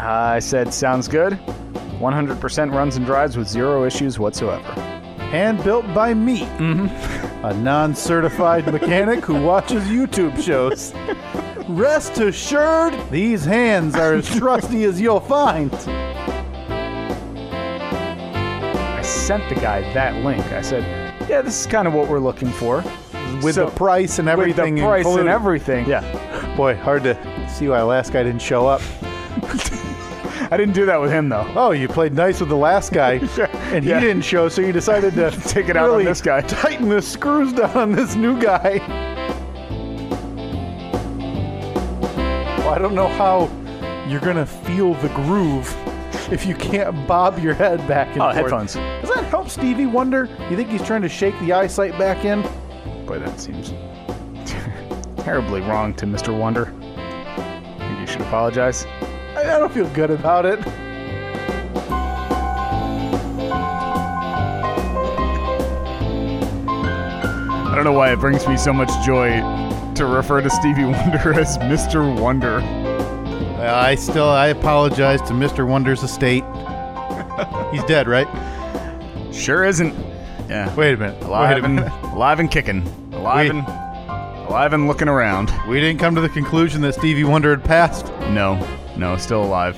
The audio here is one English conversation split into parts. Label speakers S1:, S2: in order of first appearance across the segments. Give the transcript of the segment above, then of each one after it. S1: I said, sounds good. 100% runs and drives with zero issues whatsoever.
S2: and built by me, a non certified mechanic who watches YouTube shows. Rest assured, these hands are as trusty as you'll find.
S1: I sent the guy that link. I said, yeah, this is kind of what we're looking for.
S2: With
S1: So-
S2: the price and everything
S1: with the price
S2: included.
S1: and everything.
S2: Yeah. Boy, hard to see why last guy didn't show up.
S1: I didn't do that with him though.
S2: Oh, you played nice with the last guy, and he
S1: Yeah.
S2: didn't show, so you decided to
S1: Take it out on
S2: really
S1: this guy.
S2: tighten the screws down on this new guy. Well, I don't know how you're gonna feel the groove if you can't bob your head back and
S1: Oh,
S2: forth.
S1: headphones.
S2: Does that help Stevie Wonder? You think he's trying to shake the eyesight back in?
S1: Boy, that seems terribly wrong to Mr. Wonder. I think you should apologize.
S2: I I don't feel good about it.
S1: I don't know why it brings me so much joy to refer to Stevie Wonder as Mr. Wonder.
S2: Uh, I still I apologize to Mr. Wonder's estate. he's dead, right?
S1: Sure isn't. Yeah.
S2: Wait a minute.
S1: Alive
S2: Wait a
S1: and
S2: minute.
S1: alive and kicking. Alive
S2: We-
S1: and alive and looking around.
S2: We didn't come to the conclusion that Stevie Wonder had passed.
S1: No, no, still alive.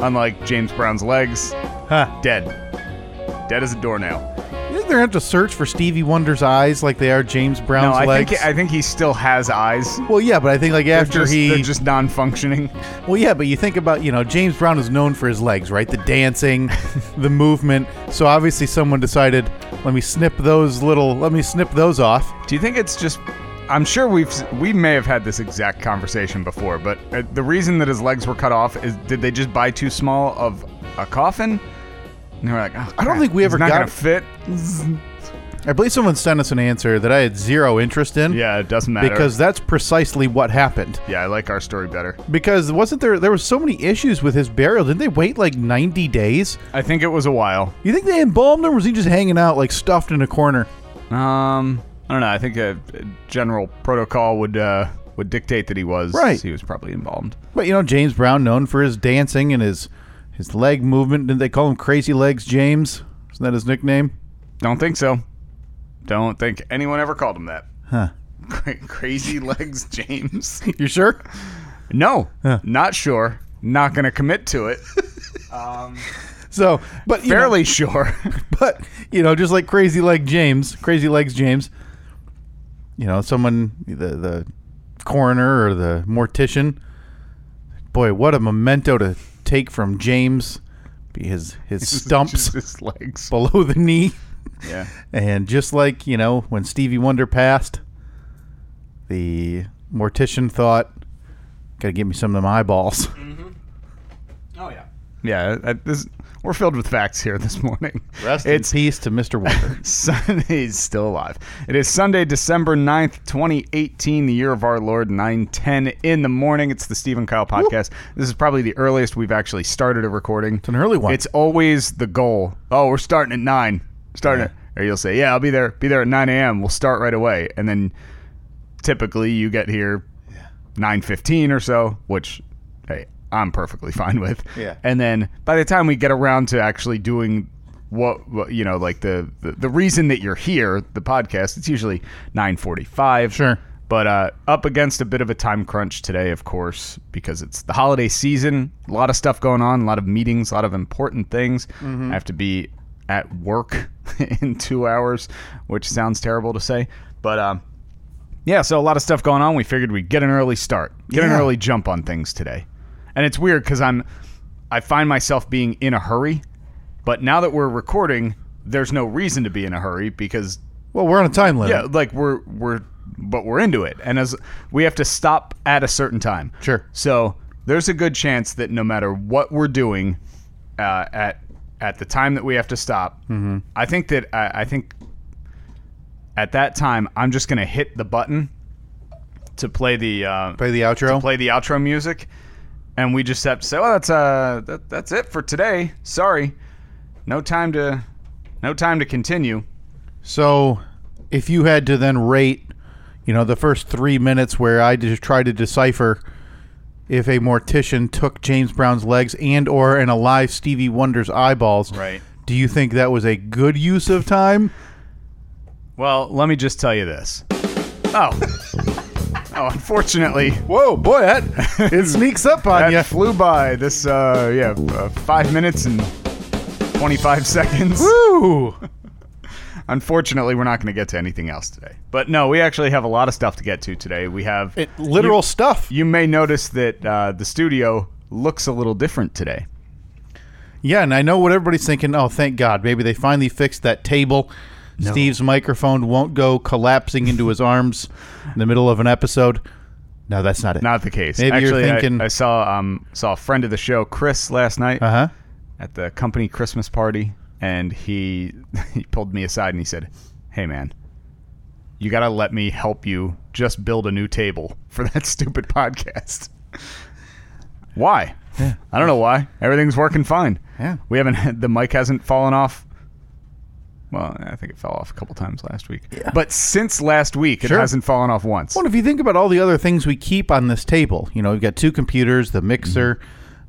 S1: Unlike James Brown's legs,
S2: Huh.
S1: dead. Dead as a doornail.
S2: You think they're going to have to search for Stevie Wonder's eyes like they are James
S1: No,
S2: Brown's
S1: I
S2: legs?
S1: think I think he still has eyes.
S2: well, yeah, but I think like after
S1: they're just,
S2: he.
S1: they're just non-functioning.
S2: well, yeah, but you think about, you know, James Brown is known for his legs, right? The dancing, the movement. So obviously someone decided, let me snip those little, let me snip those off.
S1: Do you think it's just? I'm sure we've we may have had this exact conversation before, but uh, the reason that his legs were cut off is did they just buy too small of a coffin? And they were like, oh,
S2: I don't
S1: crap,
S2: think we
S1: it's
S2: ever
S1: not
S2: got-
S1: gonna fit.
S2: I believe someone sent us an answer that I had zero interest in.
S1: Yeah, it doesn't matter.
S2: Because that's precisely what happened.
S1: yeah, I like our story better.
S2: Because wasn't there there were so many issues with his burial? Didn't they wait like ninety days?
S1: I think it was a while.
S2: You think they embalmed him, or was he just hanging out, like stuffed in a corner?
S1: Um, I don't know. I think a, a general protocol would uh, would dictate that he was
S2: Right.
S1: He was probably embalmed.
S2: But you know, James Brown, known for his dancing and his his leg movement. Didn't they call him Crazy Legs James? Isn't that his nickname?
S1: Don't think so. Don't think anyone ever called him that.
S2: Huh.
S1: Cra- Crazy legs, James.
S2: You sure?
S1: no, not sure. Not gonna commit to it.
S2: So, but you know-
S1: Fairly sure.
S2: but you know, just like Crazy Leg James, Crazy Legs James. You know, someone the the coroner or the mortician. Boy, what a memento to take from James, be his his
S1: Just
S2: stumps
S1: his legs.
S2: below the knee.
S1: Yeah.
S2: And just like, you know, when Stevie Wonder passed, the mortician thought, gotta get me some of them eyeballs.
S1: Oh yeah. Yeah. I- this, we're filled with facts here this morning.
S2: Rest
S1: it's
S2: in peace to Mr. Wonder.
S1: Sunday's still alive. It is Sunday, December 9th, 2018, the year of our Lord, 910 in the morning. It's the Stephen Kyle podcast. This is probably the earliest we've actually started a recording. It's
S2: an early one.
S1: It's always the goal. Oh, we're starting at 9. Starting at, or you'll say, yeah, I'll be there. Be there at 9 a.m. We'll start right away. And then typically you get here 9.15 or so, which, hey, I'm perfectly fine with.
S2: Yeah.
S1: And then by the time we get around to actually doing what, what you know, like the, the the reason that you're here, the podcast, it's usually 9:45.
S2: Sure.
S1: But uh, up against a bit of a time crunch today, of course, because it's the holiday season. A lot of stuff going on, a lot of meetings, a lot of important things. I have to be at work in two hours, which sounds terrible to say, but um, yeah, so a lot of stuff going on. We figured we'd get an early start, get an
S2: Yeah.
S1: early jump on things today. And it's weird because I'm, I find myself being in a hurry, but now that we're recording, there's no reason to be in a hurry because
S2: well, we're on a time limit.
S1: yeah, like we're we're but we're into it, and as we have to stop at a certain time.
S2: Sure.
S1: So there's a good chance that no matter what we're doing, uh, at at the time that we have to stop, I think that I, I think at that time I'm just gonna hit the button to play the uh,
S2: Play the outro.
S1: play the outro music, and we just have to say, "Well, that's uh, that, that's it for today. Sorry, no time to, no time to continue."
S2: So, if you had to then rate, you know, the first three minutes where I just tried to decipher if a mortician took James Brown's legs and or an alive Stevie Wonder's eyeballs.
S1: Right.
S2: Do you think that was a good use of time?
S1: Well, let me just tell you this. Oh. oh, unfortunately,
S2: Whoa, boy, that it sneaks up on
S1: that
S2: you.
S1: flew by. This, uh, yeah, uh, five minutes and 25 seconds.
S2: Woo!
S1: Unfortunately, we're not going to get to anything else today. But no, we actually have a lot of stuff to get to today. We have.
S2: It, literal stuff.
S1: you may notice that uh, the studio looks a little different today.
S2: Yeah, and I know what everybody's thinking. Oh, thank God. Maybe they finally fixed that table. Steve's microphone won't go collapsing into his arms in the middle of an episode. No, that's not it.
S1: Not the case.
S2: Maybe you're
S1: Actually, I-
S2: thinking-
S1: I, saw um saw a friend of the show, Chris, last night
S2: uh huh.
S1: at the company Christmas party, and he he pulled me aside and he said, "Hey, man, you gotta let me help you just build a new table for that stupid podcast." Why? I don't know why. Everything's working fine.
S2: Yeah.
S1: We haven't had the mic hasn't fallen off. Well, I think it fell off a couple times last week. But since last week,
S2: Sure.
S1: it hasn't fallen off once.
S2: Well, if you think about all the other things we keep on this table, you know, we've got two computers, the mixer,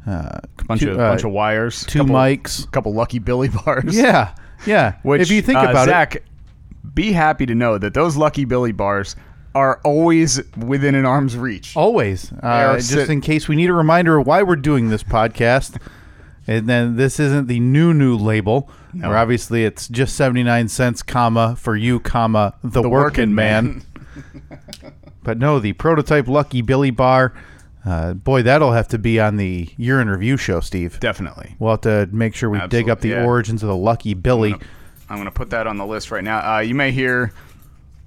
S2: uh,
S1: Mm-hmm. bunch
S2: two,
S1: of
S2: uh,
S1: bunch of wires,
S2: two
S1: couple-
S2: mics.
S1: couple lucky Billy bars.
S2: Yeah, yeah.
S1: Which,
S2: if you think
S1: uh,
S2: about
S1: Zach, be happy to know that those lucky Billy bars are always within an arm's reach.
S2: it, always, uh,
S1: are
S2: just
S1: sit-
S2: in case we need a reminder of why we're doing this podcast. And then this isn't the new new label, where obviously it's just seventy nine cents, comma for you, comma the, working, man. But no, the prototype Lucky Billy Bar, uh, boy, that'll have to be on the year in review show, Steve.
S1: Definitely.
S2: We'll have to make sure we dig up the
S1: Absolutely, yeah.
S2: origins of the Lucky Billy.
S1: I'm going to put that on the list right now. Uh, you may hear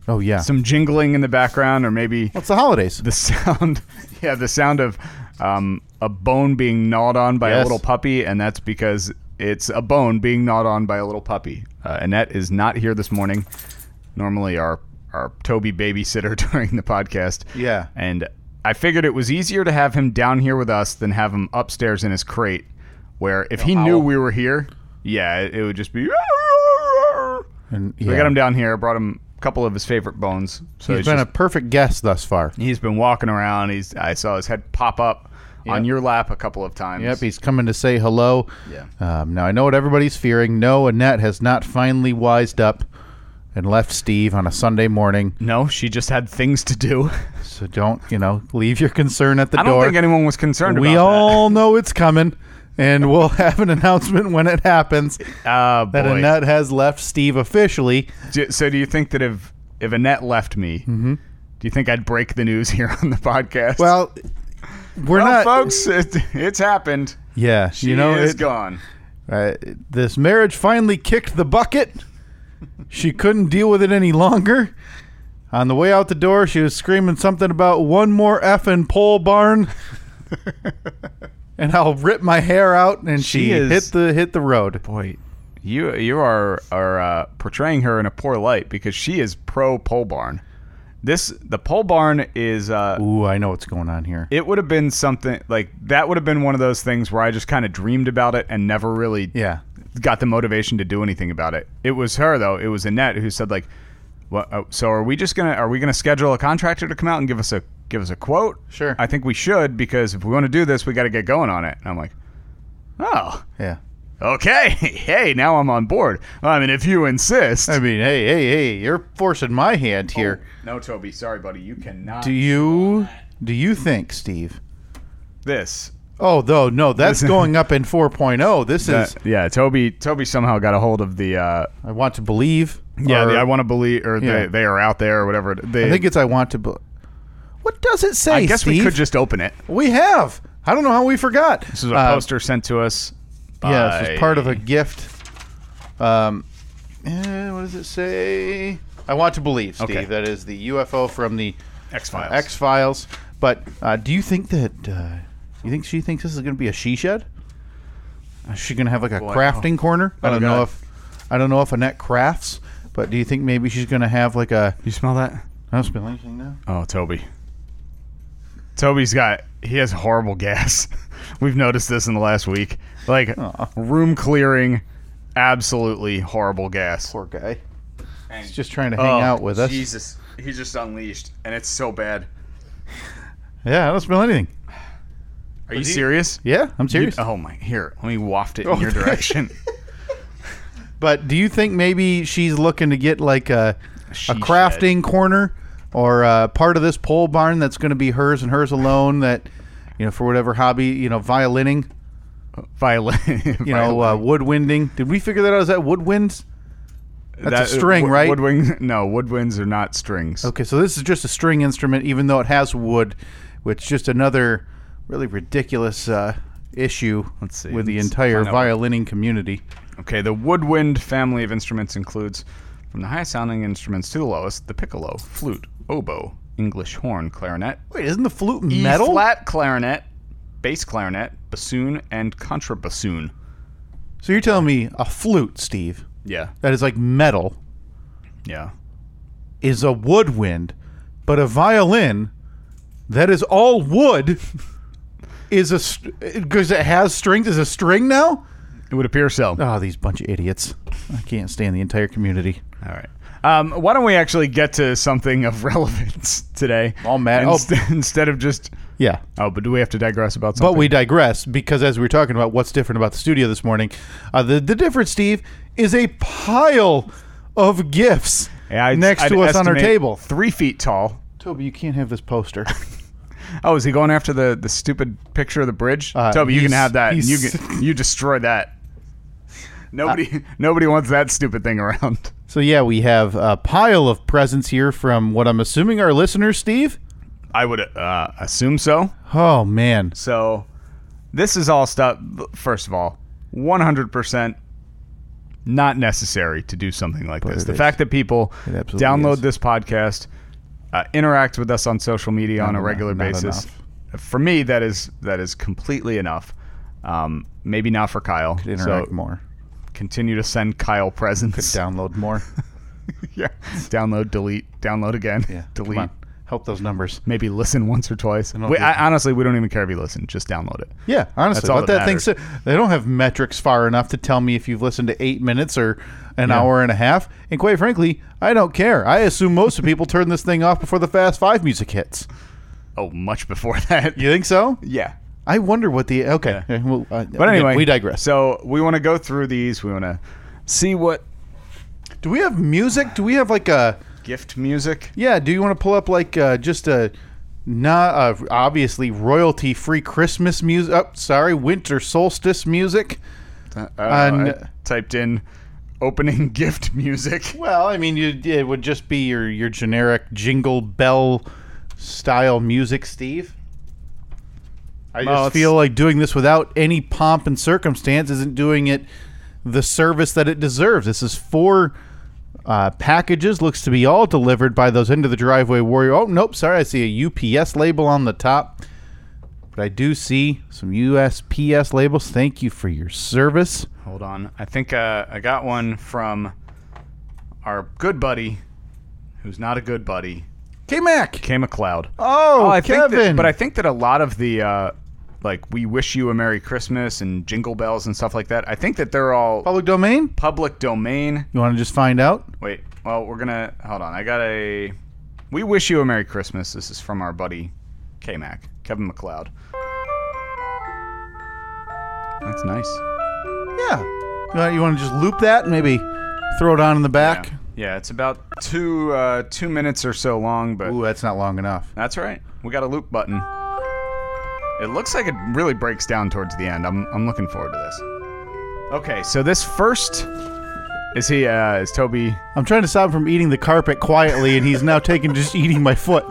S2: Oh yeah,
S1: some jingling in the background or maybe
S2: it's the holidays.
S1: the sound yeah, the sound of um, a bone being gnawed on by a
S2: Yes.
S1: little puppy and that's because it's a bone being gnawed on by a little puppy. Uh, Annette is not here this morning. Normally our our Toby babysitter during the podcast.
S2: Yeah.
S1: And I figured it was easier to have him down here with us than have him upstairs in his crate, where if he knew
S2: howl.
S1: we were here, yeah, it, it would just be.
S2: And,
S1: We
S2: yeah.
S1: got him down here. Brought him a couple of his favorite bones. So
S2: He's
S1: it's
S2: been
S1: just-
S2: a perfect guest thus far.
S1: he's been walking around. He's I saw his head pop up on your lap a couple of times.
S2: Yep, he's coming to say hello.
S1: Yeah.
S2: Um, now I know what everybody's fearing. No, Annette has not finally wised up and left Steve on a Sunday morning.
S1: No, she just had things to do.
S2: So don't, you know, leave your concern at the
S1: I don't
S2: door.
S1: think anyone was concerned
S2: we
S1: about
S2: all know it's coming, and we'll have an announcement when it happens
S1: that. Uh,
S2: that
S1: boy.
S2: Annette has left Steve officially.
S1: Do- so do you think that if if Annette left me, do you think I'd break the news here on the podcast?
S2: Mm-hmm. Well, we're
S1: Well,
S2: not.
S1: folks, it, it's happened.
S2: Yeah,
S1: She
S2: you know,
S1: is
S2: it-
S1: gone.
S2: uh, this marriage finally kicked the bucket. She couldn't deal with it any longer. On the way out the door, she was screaming something about one more effing pole barn, and I'll rip my hair out. And she,
S1: She is-
S2: hit the hit the road.
S1: Boy, you you are are uh, portraying her in a poor light because she is pro pole barn. This the pole barn is. Uh,
S2: Ooh, I know what's going on here.
S1: it would have been something like that. Would have been one of those things where I just kind of dreamed about it and never really
S2: yeah,
S1: got the motivation to do anything about it. It was her though. It was Annette who said like, "What? oh, so are we just gonna are we gonna schedule a contractor to come out and give us a give us a quote?
S2: Sure.
S1: I think we should because if we want to do this, we got to get going on it." And I'm like, "Oh,
S2: yeah.
S1: okay. hey, now I'm on board. I mean, if you insist."
S2: I mean, hey, hey, hey, you're forcing my hand here.
S1: No, Toby. Sorry, buddy. You cannot
S2: Do you do you think, Steve?
S1: this.
S2: Oh, though, no, that's
S1: Listen.
S2: going up in 4.0. This is
S1: Uh, yeah, Toby. Toby somehow got a hold of the. Uh,
S2: I want to believe.
S1: yeah,
S2: or-
S1: the, I want to believe, or
S2: Yeah.
S1: they, they are out there, or whatever. They,
S2: I think it's I want to believe. What does it say?
S1: I guess we
S2: Steve?
S1: could just open it.
S2: We have. I don't know how we forgot.
S1: This is a
S2: Uh,
S1: poster sent to us.
S2: Yeah, this
S1: by-
S2: was part of a gift. Um, eh, what does it say? I want to believe, Steve.
S1: Okay.
S2: That is the UFO from the
S1: X-Files.
S2: X Files. But uh, do you think that uh, you think she thinks this is going to be a she shed? Is she going to have like a crafting corner? I
S1: Oh,
S2: don't know
S1: God.
S2: if I don't know if Annette crafts, but do you think maybe she's going to have like a?
S1: You smell that?
S2: I don't smell anything now.
S1: Oh, Toby. Toby's got he has horrible gas. We've noticed this in the last week. Like room clearing, absolutely horrible gas.
S2: Poor guy. He's just trying to hang
S1: Oh,
S2: out with us.
S1: Jesus, he's just unleashed, and it's so bad.
S2: Yeah, I don't smell anything.
S1: Are you serious?
S2: Yeah, I'm serious.
S1: Oh my! Here, let me waft it in
S2: Oh,
S1: your
S2: thanks.
S1: direction.
S2: But do you think maybe she's looking to get like a
S1: She
S2: a crafting corner or uh, part of this pole barn that's going to be hers and hers alone? That you know, for whatever hobby, you know, violining,
S1: Violin.
S2: you know, uh, woodwinding. Did we figure that out? Is that woodwinds? That's a string, right?
S1: uh,
S2: Oh.
S1: Woodwing. No, woodwinds are not strings.
S2: Okay, so this is just a string instrument, even though it has wood, which is just another really ridiculous uh, issue
S1: Let's see.
S2: with the
S1: Let's
S2: entire
S1: find out what-
S2: violining community.
S1: Okay, the woodwind family of instruments includes, from the highest sounding instruments to the lowest, the piccolo, flute, oboe, English horn, clarinet, E
S2: Wait, isn't the flute metal?
S1: flat clarinet, bass clarinet, bassoon, and contrabassoon.
S2: So you're telling me a flute, Steve,
S1: Yeah,
S2: that is like metal,
S1: yeah.
S2: is a woodwind, but a violin that is all wood is a because it has strings is a string now.
S1: It would appear so.
S2: Oh, these bunch of idiots! I can't stand the entire community.
S1: All right. Um, why don't we actually get to something of relevance today?
S2: All Oh. mad-
S1: Inst- Instead of just.
S2: Yeah,
S1: Oh, but do we have to digress about something?
S2: but we digress because as we were talking about what's different about the studio this morning, uh, the the difference, Steve, is a pile of gifts
S1: Yeah, I'd-
S2: next
S1: I'd
S2: to us on our
S1: estimate
S2: table.
S1: Three feet tall.
S2: Toby, you can't have this poster.
S1: Oh, is he going after the, the stupid picture of the bridge?
S2: Uh,
S1: Toby, you can
S2: he's-
S1: have that. and You
S2: he's-
S1: can, you destroy that. Nobody nobody wants that stupid thing around.
S2: So yeah, we have a pile of presents here from what I'm assuming are listeners, Steve.
S1: I would uh, assume so.
S2: Oh man.
S1: So this is all stuff. First of all, 100% not necessary to do something like this.
S2: it
S1: The
S2: is.
S1: fact that people
S2: It absolutely
S1: download
S2: is.
S1: this podcast, uh, interact with us on social media on a
S2: enough-
S1: regular
S2: not
S1: basis, uh, for me that is that is completely enough. Um, maybe not for Kyle.
S2: interact
S1: so
S2: more,
S1: continue to send Kyle presents.
S2: download more.
S1: yeah. Download, delete, download again.
S2: Yeah,
S1: delete.
S2: Come on. Help those numbers.
S1: Maybe listen once or twice.
S2: don't
S1: We,
S2: do
S1: I, honestly, we don't even care if you listen. Just download it.
S2: Yeah, honestly,
S1: That's all
S2: let
S1: that
S2: that thing.
S1: matters.
S2: Sit. They don't have metrics far enough to tell me if you've listened to eight minutes or an
S1: Yeah.
S2: hour and a half. And quite frankly, I don't care. I assume most of people turn this thing off before the Fast Five music hits.
S1: Oh, much before that.
S2: You think so?
S1: Yeah.
S2: I wonder what the okay. eh, well, uh,
S1: But anyway,
S2: we digress.
S1: So we want to go through these. We want to see what
S2: Do we have music? Do we have like a
S1: gift music.
S2: yeah? Do you want to pull up like uh, just a not uh, obviously royalty free Christmas music? Oh, sorry, winter solstice music.
S1: Uh, I don't know, I
S2: Uh, n-
S1: typed in opening gift music.
S2: Well, I mean, you, it would just be your your generic jingle bell style music, Steve. I
S1: Well,
S2: just
S1: it's-
S2: feel like doing this without any pomp and circumstance isn't doing it the service that it deserves. This is four uh, packages, looks to be all delivered by those end of the driveway warrior. Oh, nope, sorry, I see a UPS label on the top, but I do see some USPS labels. Thank you for your service.
S1: Hold on. I think uh, I got one from our good buddy, who's not a good buddy,
S2: K Mac.
S1: K McLeod.
S2: Oh,
S1: I
S2: Kevin.
S1: Think that, but I think that a lot of the uh, like we wish you a Merry Christmas and jingle bells and stuff like that. I think that they're all
S2: public domain.
S1: public domain.
S2: You want to just find out?
S1: Wait. Well, we're gonna hold on. I got a. We wish you a Merry Christmas. This is from our buddy K Mac, Kevin McLeod. That's nice.
S2: Yeah. You want, you want to just loop that and maybe throw it on in the back?
S1: Yeah, yeah it's about two uh, two minutes or so long, but
S2: Ooh, that's not long enough.
S1: that's right. We got a loop button. It looks like it really breaks down towards the end. I'm I'm looking forward to this. Okay, so this first is he uh, is Toby.
S2: I'm trying to stop him from eating the carpet quietly, and he's now taking just eating my foot.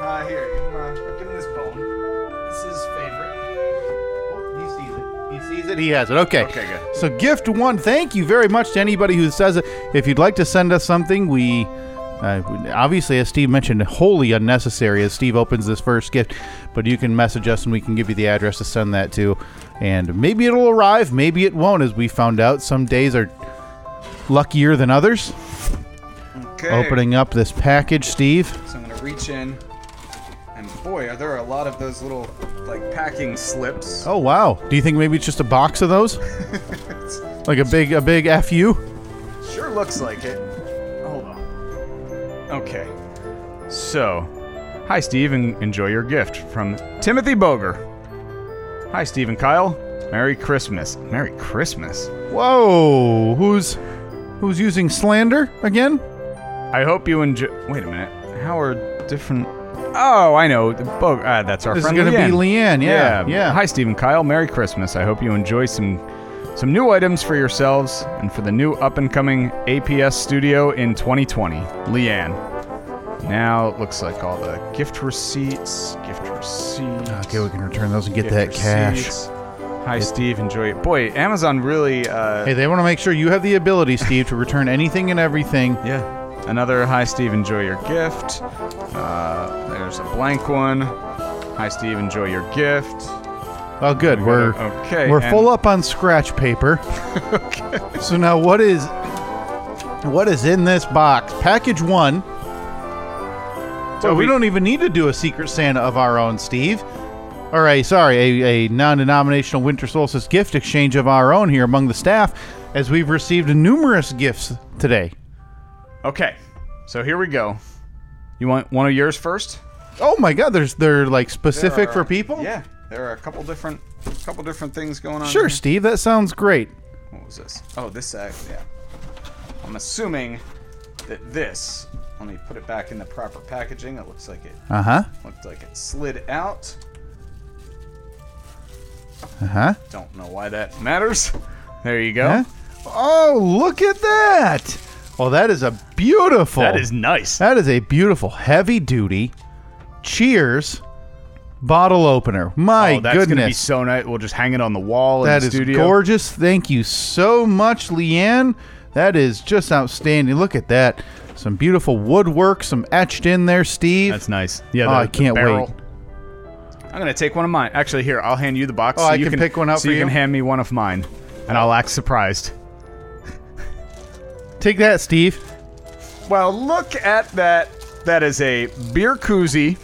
S1: Uh, here, give him, uh, give him this bone. This is his favorite.
S2: He sees it. He sees it. He has it. Okay.
S1: Okay, good.
S2: So, gift one, thank you very much to anybody who says it. If you'd like to send us something, we. Uh, obviously, as Steve mentioned, wholly unnecessary as Steve opens this first gift, but you can message us and we can give you the address to send that to. And maybe it'll arrive, maybe it won't, as we found out. Some days are luckier than others.
S1: Okay.
S2: Opening up this package, Steve.
S1: So I'm gonna reach in, and boy, are there a lot of those little like packing slips.
S2: Oh, wow. Do you think maybe it's just a box of those? like a big, a big FU?
S1: Sure looks like it. Hold on. Okay. So, hi Steve, and enjoy your gift from Timothy Boger. Hi, Steve and Kyle. Merry Christmas. Merry Christmas.
S2: Whoa, who's who's using slander again?
S1: I hope you enjoy. Wait a minute. How are different. Oh, I know. The bo- uh, that's our
S2: This is
S1: friend
S2: gonna
S1: Leanne.
S2: be Leanne. Yeah, yeah.
S1: Hi, Steve and Kyle. Merry Christmas. I hope you enjoy some some new items for yourselves and for the new up and coming APS studio in 2020. Leanne. Now it looks like all the gift receipts. Gift receipts.
S2: Okay, we can return those and get
S1: gift
S2: that cash.
S1: receipts. Hi, Steve. Enjoy it. Boy, Amazon really. Uh,
S2: Hey, they want to make sure you have the ability, Steve, to return anything and everything.
S1: Yeah. Another hi, Steve. Enjoy your gift. Uh, there's a blank one. Hi, Steve. Enjoy your gift.
S2: Well, good. We're
S1: Okay,
S2: We're
S1: and-
S2: full up on scratch paper. So now, what is what is in this box? Package one. So
S1: Well,
S2: we,
S1: we-
S2: don't even need to do a Secret Santa of our own, Steve. Or a sorry, a, a non-denominational Winter Solstice gift exchange of our own here among the staff, as we've received numerous gifts today.
S1: Okay. So here we go. You want one of yours first?
S2: Oh my God! There's they're like specific
S1: are-
S2: for people.
S1: Yeah, there are a couple different, couple different things going on.
S2: Sure,
S1: here.
S2: Steve. That sounds great.
S1: What was this? Oh, this. Uh, yeah. I'm assuming that this. Let me put it back in the proper packaging. It looks like it
S2: Uh huh.
S1: looked like it slid out.
S2: Uh huh.
S1: Don't know why that matters. There you go.
S2: Huh? Oh, look at that! Well, that is a beautiful.
S1: That is nice.
S2: That is a beautiful heavy duty. Cheers, bottle opener. My
S1: oh, that's gonna be
S2: goodness,
S1: so nice. We'll just hang it on the wall
S2: that
S1: in
S2: is
S1: the studio.
S2: gorgeous. Thank you so much, Leanne. That is just outstanding. Look at that. Some beautiful woodwork, some etched in there, Steve.
S1: That's nice. Yeah,
S2: Oh,
S1: the-
S2: I
S1: the
S2: can't
S1: barrel.
S2: wait.
S1: I'm gonna take one of mine. Actually, here I'll hand you the box.
S2: Oh,
S1: so
S2: I
S1: you
S2: can pick one up
S1: so
S2: for
S1: you can
S2: you?
S1: hand me one of mine, and I'll act surprised.
S2: Take that, Steve.
S1: Well, look at that. That is a beer koozie,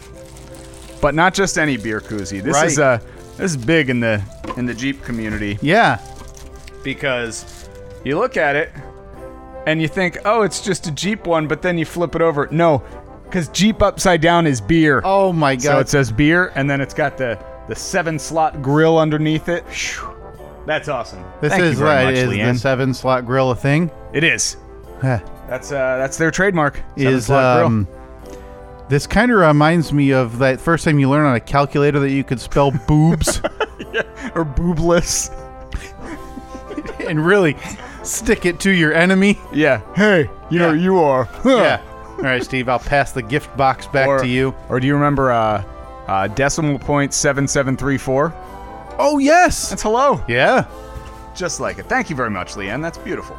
S1: but not just any beer koozie. This is
S2: Right.
S1: uh, this is big in the in the Jeep community
S2: Yeah.
S1: because you look at it and you think, oh, it's just a Jeep one, but then you flip it over. No, because Jeep upside down is beer.
S2: Oh my
S1: So
S2: God.
S1: it says beer, and then it's got the the seven slot grill underneath it. Phew. That's awesome.
S2: this
S1: Thank
S2: is
S1: you very
S2: right.
S1: much,
S2: is
S1: Leanne.
S2: the seven slot grill a thing?
S1: It is.
S2: Huh.
S1: That's uh, that's their trademark. Seven
S2: is
S1: slot grill.
S2: um, this kind of reminds me of that first time you learn on a calculator that you could spell boobs
S1: or boobless.
S2: and really stick it to your enemy.
S1: Yeah. Hey, you know
S2: Yeah.
S1: you are.
S2: Yeah. All right, Steve, I'll pass the gift box back
S1: Or,
S2: to you.
S1: Or do you remember uh, uh, decimal point seven seven three four?
S2: Oh, yes.
S1: That's hello.
S2: yeah.
S1: Just like it. Thank you very much, Leanne. That's beautiful.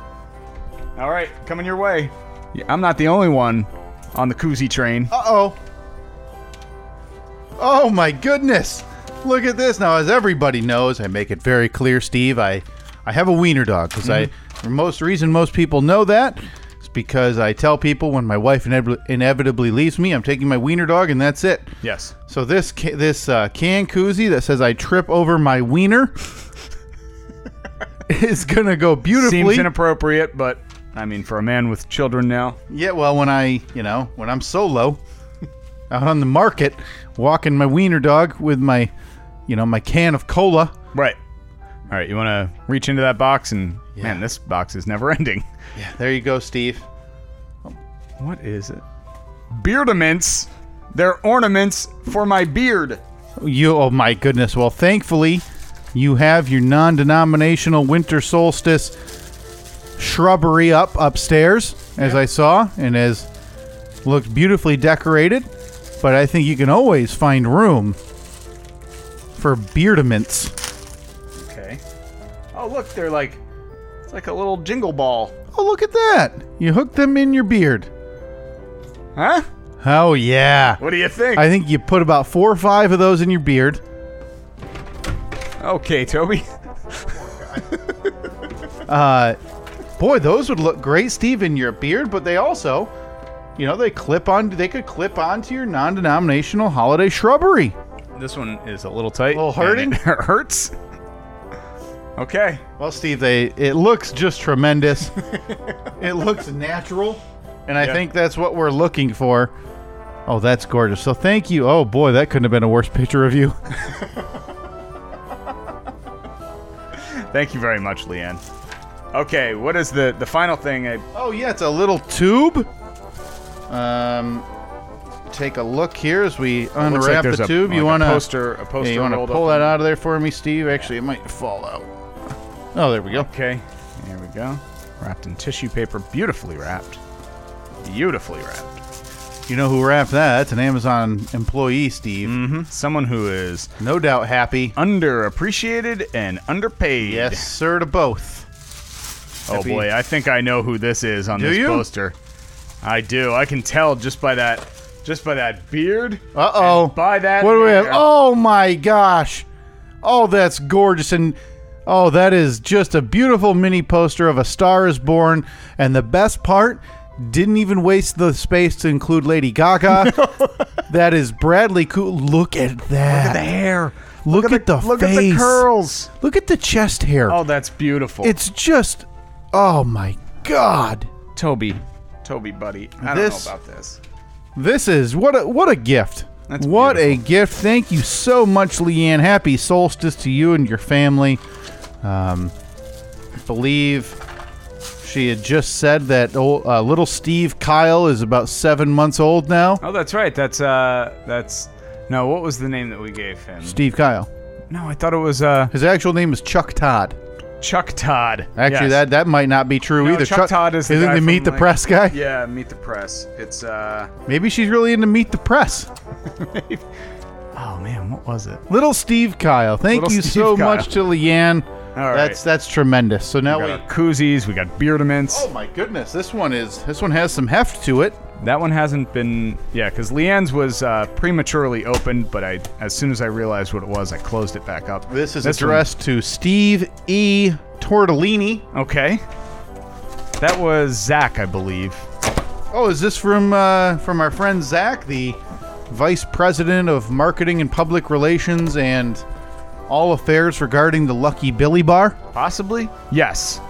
S1: All right, coming your way. Yeah, I'm not the only one on the koozie train.
S2: Uh oh. Oh, my goodness. Look at this. Now, as everybody knows, I make it very clear, Steve, I, I have a wiener dog because I, the most reason most people know that is because I tell people when my wife ineb- inevitably leaves me, I'm taking my wiener dog and that's it.
S1: Yes.
S2: So this ca- this uh, can koozie that says I trip over my wiener is gonna go beautifully.
S1: Seems inappropriate, but I mean, for a man with children now.
S2: yeah, well, when I you know when I'm solo out on the market, walking my wiener dog with my you know my can of cola.
S1: Right. All right, you want to reach into that box and man, this box is never ending.
S2: Yeah, there you go, Steve.
S1: What is it? Beardaments. They're ornaments for my beard.
S2: You oh my goodness. Well, thankfully, you have your non-denominational winter solstice shrubbery up upstairs as I saw and as looked beautifully decorated, but I think you can always find room for beardaments.
S1: Okay. Oh, look, they're like it's like a little jingle ball.
S2: Oh, look at that. You hook them in your beard.
S1: Huh?
S2: Oh yeah.
S1: What do you think?
S2: I think you put about 4 or 5 of those in your beard.
S1: okay, Toby.
S2: Uh, boy, those would look great, Steve, in your beard. But they also, you know, they clip on. They could clip onto your non-denominational holiday shrubbery.
S1: This one is a little tight. A
S2: little hurting?
S1: It hurts. Okay.
S2: Well, Steve, they it looks just tremendous. it looks natural, and I
S1: Yeah.
S2: think that's what we're looking for. Oh, that's gorgeous. So thank you. Oh boy, that couldn't have been a worse picture of you.
S1: Thank you very much, Leanne. Okay, what is the the final thing? I,
S2: Oh yeah, it's a little tube. Um, take a look here as we
S1: looks like
S2: unwrap
S1: there's
S2: the
S1: a,
S2: tube.
S1: like
S2: you
S1: a
S2: want to
S1: poster a poster
S2: yeah, you want to
S1: rolled
S2: pull
S1: up.
S2: that out of there for me, Steve? Actually, it might fall out. Oh, there we go.
S1: Okay, here we go. Wrapped in tissue paper, beautifully wrapped. Beautifully wrapped.
S2: You know who wrapped that? That's an Amazon employee, Steve.
S1: hmm Someone who is
S2: No doubt happy.
S1: Uh, underappreciated and underpaid.
S2: Yes, sir, to both.
S1: Oh
S2: Happy-
S1: boy, I think I know who this is on
S2: Do
S1: this
S2: you?
S1: poster. I do. I can tell just by that, just by that beard.
S2: Uh oh.
S1: by that
S2: What do we have?
S1: hair.
S2: Oh my gosh. Oh, that's gorgeous. And oh, that is just a beautiful mini poster of A Star is Born. And the best part, didn't even waste the space to include Lady Gaga. that is Bradley Cool. Look at that. Look at
S1: The hair.
S2: Look, at the,
S1: Look
S2: face.
S1: at the curls.
S2: Look at the chest hair.
S1: Oh, that's beautiful.
S2: It's just. Oh my God.
S1: Toby. Toby, buddy. I
S2: This-
S1: don't know about this.
S2: This is what a what a gift.
S1: That's
S2: what a gift. Thank you so much, Leanne. Happy solstice to you and your family. Um, I believe she had just said that old, uh, little Steve Kyle is about seven months old now.
S1: Oh, that's right. That's uh, that's no. What was the name that we gave him?
S2: Steve Kyle.
S1: No, I thought it was uh
S2: His actual name is Chuck Todd.
S1: Chuck Todd.
S2: Actually,
S1: Yes.
S2: that that might not be true
S1: No,
S2: either.
S1: Chuck Todd is the
S2: isn't
S1: guy
S2: the
S1: from,
S2: Meet the
S1: like-
S2: Press guy.
S1: Yeah, Meet the Press. It's uh.
S2: Maybe she's really into Meet the Press.
S1: Oh man, what was it?
S2: Little Steve Kyle. Thank
S1: Little
S2: you
S1: Steve
S2: so
S1: Kyle.
S2: much to Leanne.
S1: right.
S2: That's that's tremendous. So now
S1: We
S2: we
S1: got our koozies. We got beardaments.
S2: Oh my goodness, this one is this one has some heft to it.
S1: That one hasn't been, yeah, because Leanne's was uh, prematurely opened, but I, as soon as I realized what it was, I closed it back up.
S2: This is
S1: one-
S2: addressed to Steve E. Tortellini.
S1: Okay. That was Zach, I believe.
S2: Oh, is this from uh, from our friend Zach, the vice president of marketing and public relations and all affairs regarding the Lucky Billy Bar?
S1: Possibly. Yes.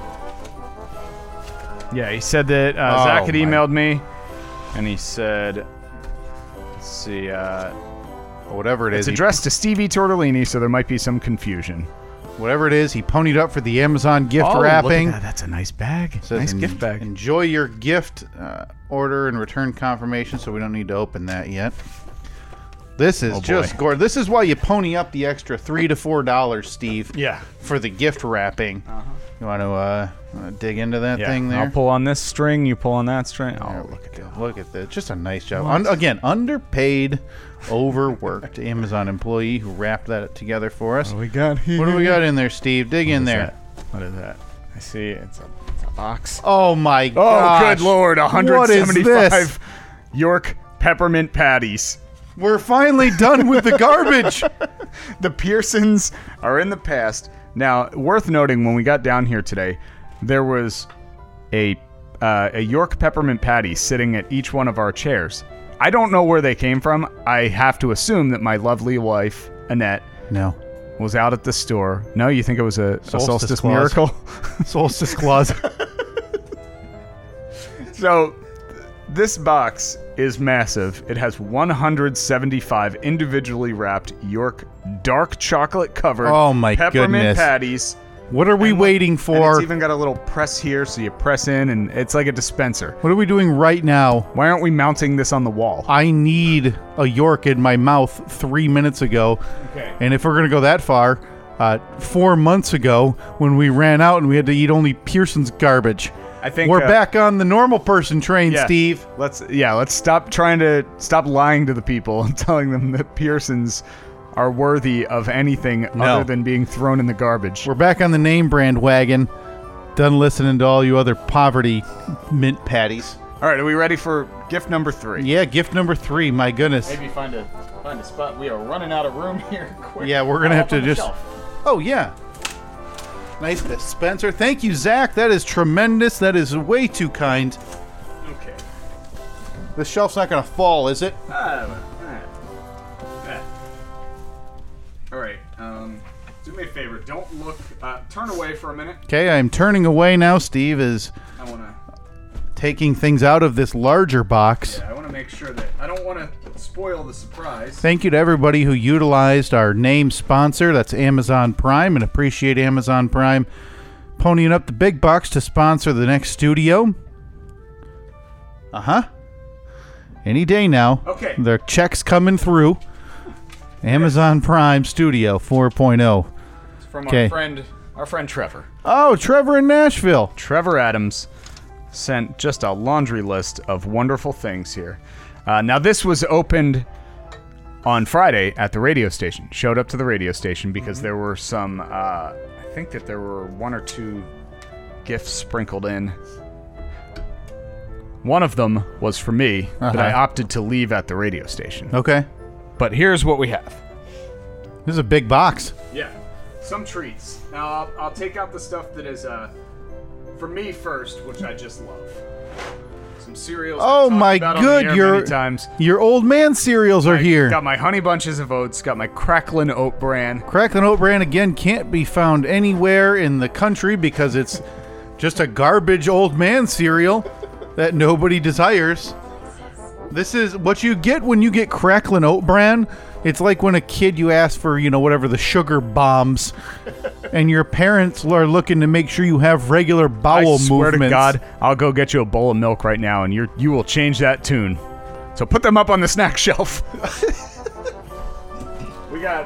S1: Yeah, he said that uh,
S2: Oh,
S1: Zach had
S2: my-
S1: emailed me, and he said, "Let's see, uh,
S2: Or whatever it
S1: it's
S2: is, he-
S1: addressed to Stevie Tortellini, so there might be some confusion."
S2: whatever it is, he ponied up for the Amazon gift
S1: oh,
S2: wrapping.
S1: Look at that. That's a nice bag.
S2: Says,
S1: nice
S2: "En-
S1: gift bag.
S2: Enjoy your gift uh, order and return confirmation, so we don't need to open that yet. This is
S1: Oh, boy.
S2: just gorgeous. This is why you pony up the extra three to four dollars, Steve,
S1: yeah. Uh-huh.
S2: for the gift wrapping. You want to uh, wanna dig into that
S1: Yeah.
S2: thing there?
S1: I'll pull on this string. You pull on that string.
S2: There
S1: Oh,
S2: we
S1: look at that.
S2: go. Look at that. Just a nice job. Un- again, underpaid, overworked Amazon employee who wrapped that together for us.
S1: we got here?
S2: What do we got in there, Steve? Dig in there.
S1: Oh, What is that? I see it's a, it's a box.
S2: Oh my
S1: Oh,
S2: god!
S1: good lord,
S2: What is this?
S1: 175 York peppermint patties.
S2: We're finally done with the garbage.
S1: The Pearsons are in the past. Now, worth noting when we got down here today, there was a uh, a York peppermint patty sitting at each one of our chairs. I don't know where they came from. I have to assume that my lovely wife, Annette,
S2: No.
S1: was out at the store. No, you think it was a, a
S2: Solstice
S1: solstice
S2: clause.
S1: miracle?
S2: Solstice clause.
S1: So, th- this box is massive. It has 175 individually wrapped York dark chocolate covered
S2: Oh my
S1: peppermint
S2: goodness.
S1: patties.
S2: what are we waiting
S1: And
S2: for?
S1: it's even got a little press here, so you press in, and it's like a dispenser.
S2: what are we doing right now?
S1: Why aren't we mounting this on the wall?
S2: I need a York in my mouth three minutes ago.
S1: Okay.
S2: And if we're going to go that far, uh, four months ago when we ran out and we had to eat only Pearson's garbage.
S1: I think,
S2: we're
S1: uh,
S2: back on the normal person train,
S1: Yeah.
S2: Steve.
S1: Let's yeah, let's stop trying to stop lying to the people and telling them that Pearsons are worthy of anything other than being thrown in the garbage.
S2: We're back on the name brand wagon. Done listening to all you other poverty mint patties.
S1: All right, are we ready for gift number three?
S2: Yeah, gift number three. My goodness.
S1: Maybe find a find a spot. We are running out of room here. Quick.
S2: Yeah, we're gonna
S1: Oh,
S2: have to
S1: on the
S2: just.
S1: shelf.
S2: Oh yeah. Nice dispenser. Thank you, Zach. That is tremendous. That is way too kind.
S1: Okay.
S2: The shelf's not gonna fall, is it?
S1: all right. Um, do me a favor. Don't look. Uh, turn away for a minute.
S2: Okay, I'm turning away now. Steve is
S1: I wanna.
S2: taking things out of this larger box.
S1: I wanna to make sure that I don't want to spoil the surprise.
S2: Thank you to everybody who utilized our name sponsor. That's Amazon Prime, and appreciate Amazon Prime ponying up the big bucks to sponsor the next studio. Uh huh. Any day now.
S1: Okay.
S2: Their check's coming through. Amazon Prime Studio 4.0.
S1: It's from
S2: Okay.
S1: our friend, our friend Trevor.
S2: Oh, Trevor in Nashville.
S1: Trevor Adams sent just a laundry list of wonderful things here. Uh, now, this was opened on Friday at the radio station. Showed up to the radio station because there were some, uh, I think that there were one or two gifts sprinkled in. One of them was for me, but I
S2: Uh-huh.
S1: opted to leave at the radio station.
S2: Okay.
S1: But here's what we have.
S2: This is a big box.
S1: Yeah, some treats. Now I'll, I'll take out the stuff that is uh, for me first, which I just love. Some cereals. I've
S2: Oh
S1: talked
S2: my
S1: about on
S2: good,
S1: the air
S2: you're-
S1: many times.
S2: Your old man cereals are
S1: I
S2: here.
S1: Got my honey bunches of oats. Got my cracklin oat bran.
S2: Cracklin' Oat Bran again can't be found anywhere in the country because it's just a garbage old man cereal that nobody desires. This is what you get when you get Cracklin' Oat Bran. It's like when a kid you ask for, you know, whatever the sugar bombs, and your parents are looking to make sure you have regular bowel
S1: I swear
S2: movements.
S1: to God, I'll go get you a bowl of milk right now, and you are you will change that tune. So put them up on the snack shelf. we got.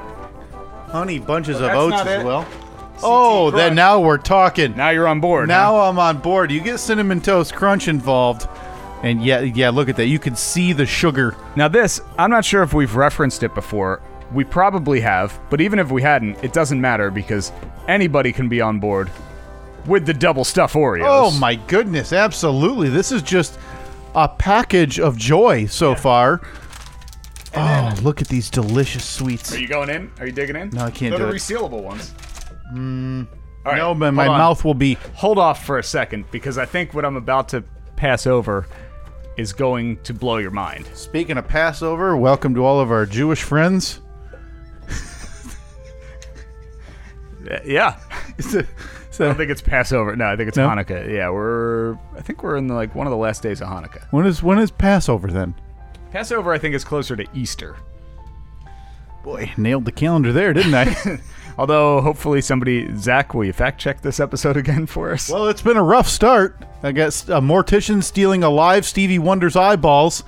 S2: honey bunches of
S1: that's
S2: oats
S1: not
S2: as
S1: it.
S2: well. Oh, then
S1: Crunch.
S2: now we're talking.
S1: Now you're on board.
S2: Now I'm on board. You get cinnamon toast crunch involved, and yeah, yeah. Look at that. You can see the sugar.
S1: Now, this, I'm not sure if we've referenced it before. We probably have, but even if we hadn't, it doesn't matter because anybody can be on board with the double stuff Oreos.
S2: Oh my goodness! Absolutely. This is just a package of joy so far. Oh, look at these delicious sweets.
S1: Are you going in? Are you digging in?
S2: No, I can't
S1: They're the
S2: do it. Mm,
S1: resealable ones. All right,
S2: No, but
S1: hold
S2: my
S1: on.
S2: mouth will be.
S1: Hold off for a second because I think what I'm about to pass over is going to blow your mind.
S2: Speaking of Passover, welcome to all of our Jewish friends.
S1: Uh, Yeah. I don't think it's Passover. No, I think it's
S2: No?
S1: Hanukkah. Yeah, we're. I think we're in like one of the last days of Hanukkah.
S2: when is when is Passover then?
S1: Passover, I think, is closer to Easter.
S2: Boy, nailed the calendar there, didn't I?
S1: Although, hopefully, somebody, Zach, will you fact check this episode again for us?
S2: Well, it's been a rough start. I got s- a mortician stealing alive Stevie Wonder's eyeballs,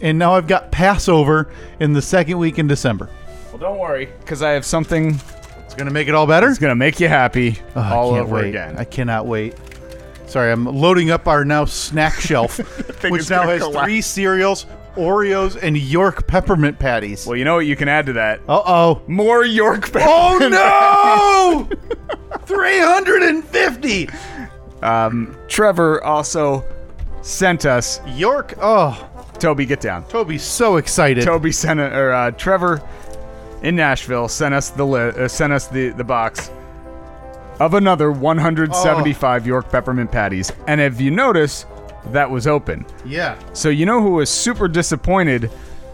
S2: and now I've got Passover in the second week in December.
S1: Well, don't worry, because I have something that's
S2: It's gonna make it all better.
S1: going to make you happy
S2: Oh, I
S1: all
S2: can't
S1: over
S2: wait.
S1: again.
S2: I cannot wait. Sorry, I'm loading up our now snack shelf, which
S1: is
S2: now
S1: gonna
S2: has
S1: collapse.
S2: three cereals, Oreos, and York peppermint patties.
S1: well, you know what you can add to that?
S2: Uh oh.
S1: More York
S2: Oh no! 350
S1: Um, Trevor also sent us.
S2: York. Oh,
S1: Toby, get down.
S2: Toby's so excited.
S1: Toby sent a, or uh, Trevor in Nashville sent us the li- uh, sent us the the box of another 175
S2: Oh.
S1: York peppermint patties. And if you notice, that was open.
S2: Yeah.
S1: So you know who was super disappointed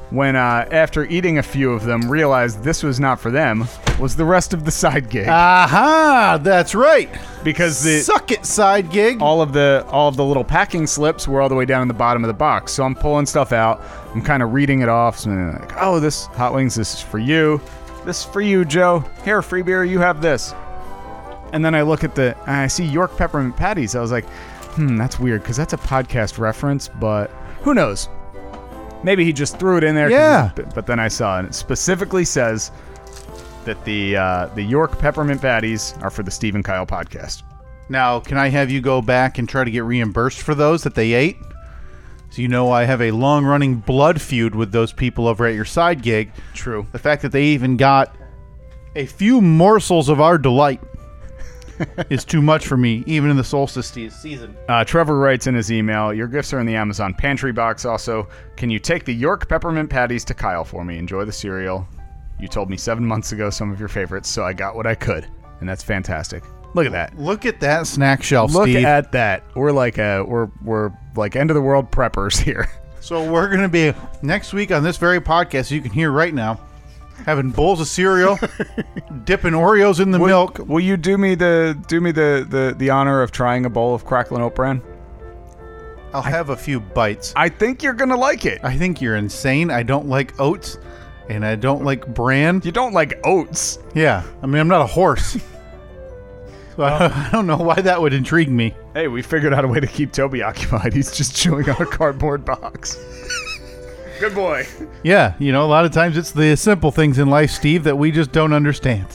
S1: when, uh, after eating a few of them, realized this was not for them was the rest of the side gig
S2: Uh, Aha, that's right.
S1: because the
S2: Suck it side gig.
S1: all of the all of the little packing slips were all the way down in the bottom of the box. So I'm pulling stuff out. I'm kind of reading it off. So I'm like, oh, this hot wings. This is for you. This is for you, Joe. Here, free beer. You have this. And then I look at the and I see York peppermint patties. I was like, hmm, that's weird because that's a podcast reference, but who knows? Maybe he just threw it in there. 'cause-
S2: Yeah.
S1: But, but then I saw it. It specifically says that the uh, the York peppermint patties are for the Steve and Kyle podcast.
S2: Now, can I have you go back and try to get reimbursed for those that they ate? So you know I have a long-running blood feud with those people over at your side gig.
S1: True.
S2: The fact that they even got a few morsels of our delight is too much for me, even in the solstice se- season.
S1: Uh, Trevor writes in his email, Your gifts are in the Amazon pantry box. Also, can you take the York peppermint patties to Kyle for me? Enjoy the cereal. You told me seven months ago some of your favorites, so I got what I could. And that's fantastic. Look at that.
S2: Look at that snack shelf,
S1: Look
S2: Steve.
S1: at that. We're like uh we're we're like end of the world preppers here.
S2: So we're gonna be next week on this very podcast you can hear right now, having bowls of cereal, dipping Oreos in the milk.
S1: Will you do me the do me the the, the honor of trying a bowl of crackling oat bran?
S2: I'll have a few bites.
S1: I think you're gonna like it.
S2: I think you're insane. I don't like oats, and I don't like bran.
S1: You don't like oats.
S2: Yeah, I mean, I'm not a horse. So I don't- I don't know why that would intrigue me.
S1: Hey, we figured out a way to keep Toby occupied. He's just chewing on a cardboard box. Good boy.
S2: Yeah, you know, a lot of times it's the simple things in life, Steve, that we just don't understand.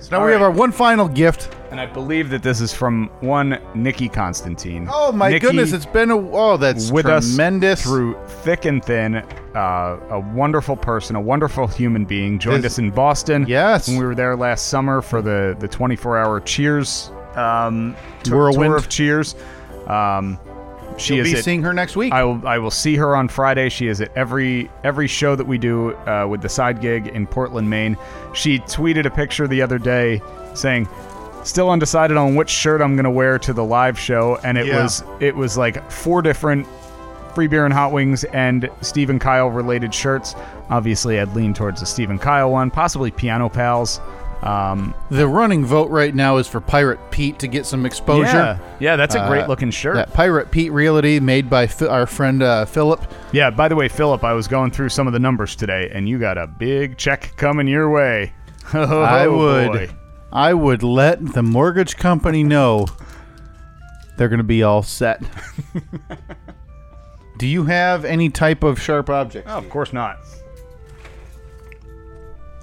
S2: So now
S1: All
S2: we have
S1: right.
S2: our one final gift.
S1: And I believe that this is from one Nikki Constantine.
S2: Oh my
S1: Nikki,
S2: goodness, it's been a oh that's
S1: with us
S2: tremendous.
S1: through thick and thin. Uh, a wonderful person, a wonderful human being, joined
S2: This-
S1: us in Boston.
S2: Yes.
S1: when we were there last summer for the the 24 hour Cheers um, tour,
S2: Whirlwind.
S1: tour of Cheers. Um, she
S2: You'll
S1: is
S2: be
S1: at-
S2: seeing her next week.
S1: I will, I will see her on Friday. She is at every every show that we do uh, with the side gig in Portland, Maine. She tweeted a picture the other day saying, "Still undecided on which shirt I'm going to wear to the live show," and it
S2: Yeah.
S1: was it was like four different free beer and hot wings and Stephen Kyle related shirts. Obviously, I'd lean towards the Stephen Kyle one, possibly Piano Pals. Um,
S2: the running vote right now is for Pirate Pete to get some exposure.
S1: yeah, yeah, that's a great
S2: Oh, Uh,
S1: looking shirt.
S2: That Pirate Pete reality made by Phi- our friend uh, Philip.
S1: Yeah, by the way, Philip, I was going through some of the numbers today, and you got a big check coming your way. Oh,
S2: I would
S1: boy.
S2: I would let the mortgage company know they're going to be all set. Do you have any type of sharp object?
S1: Oh, of course not.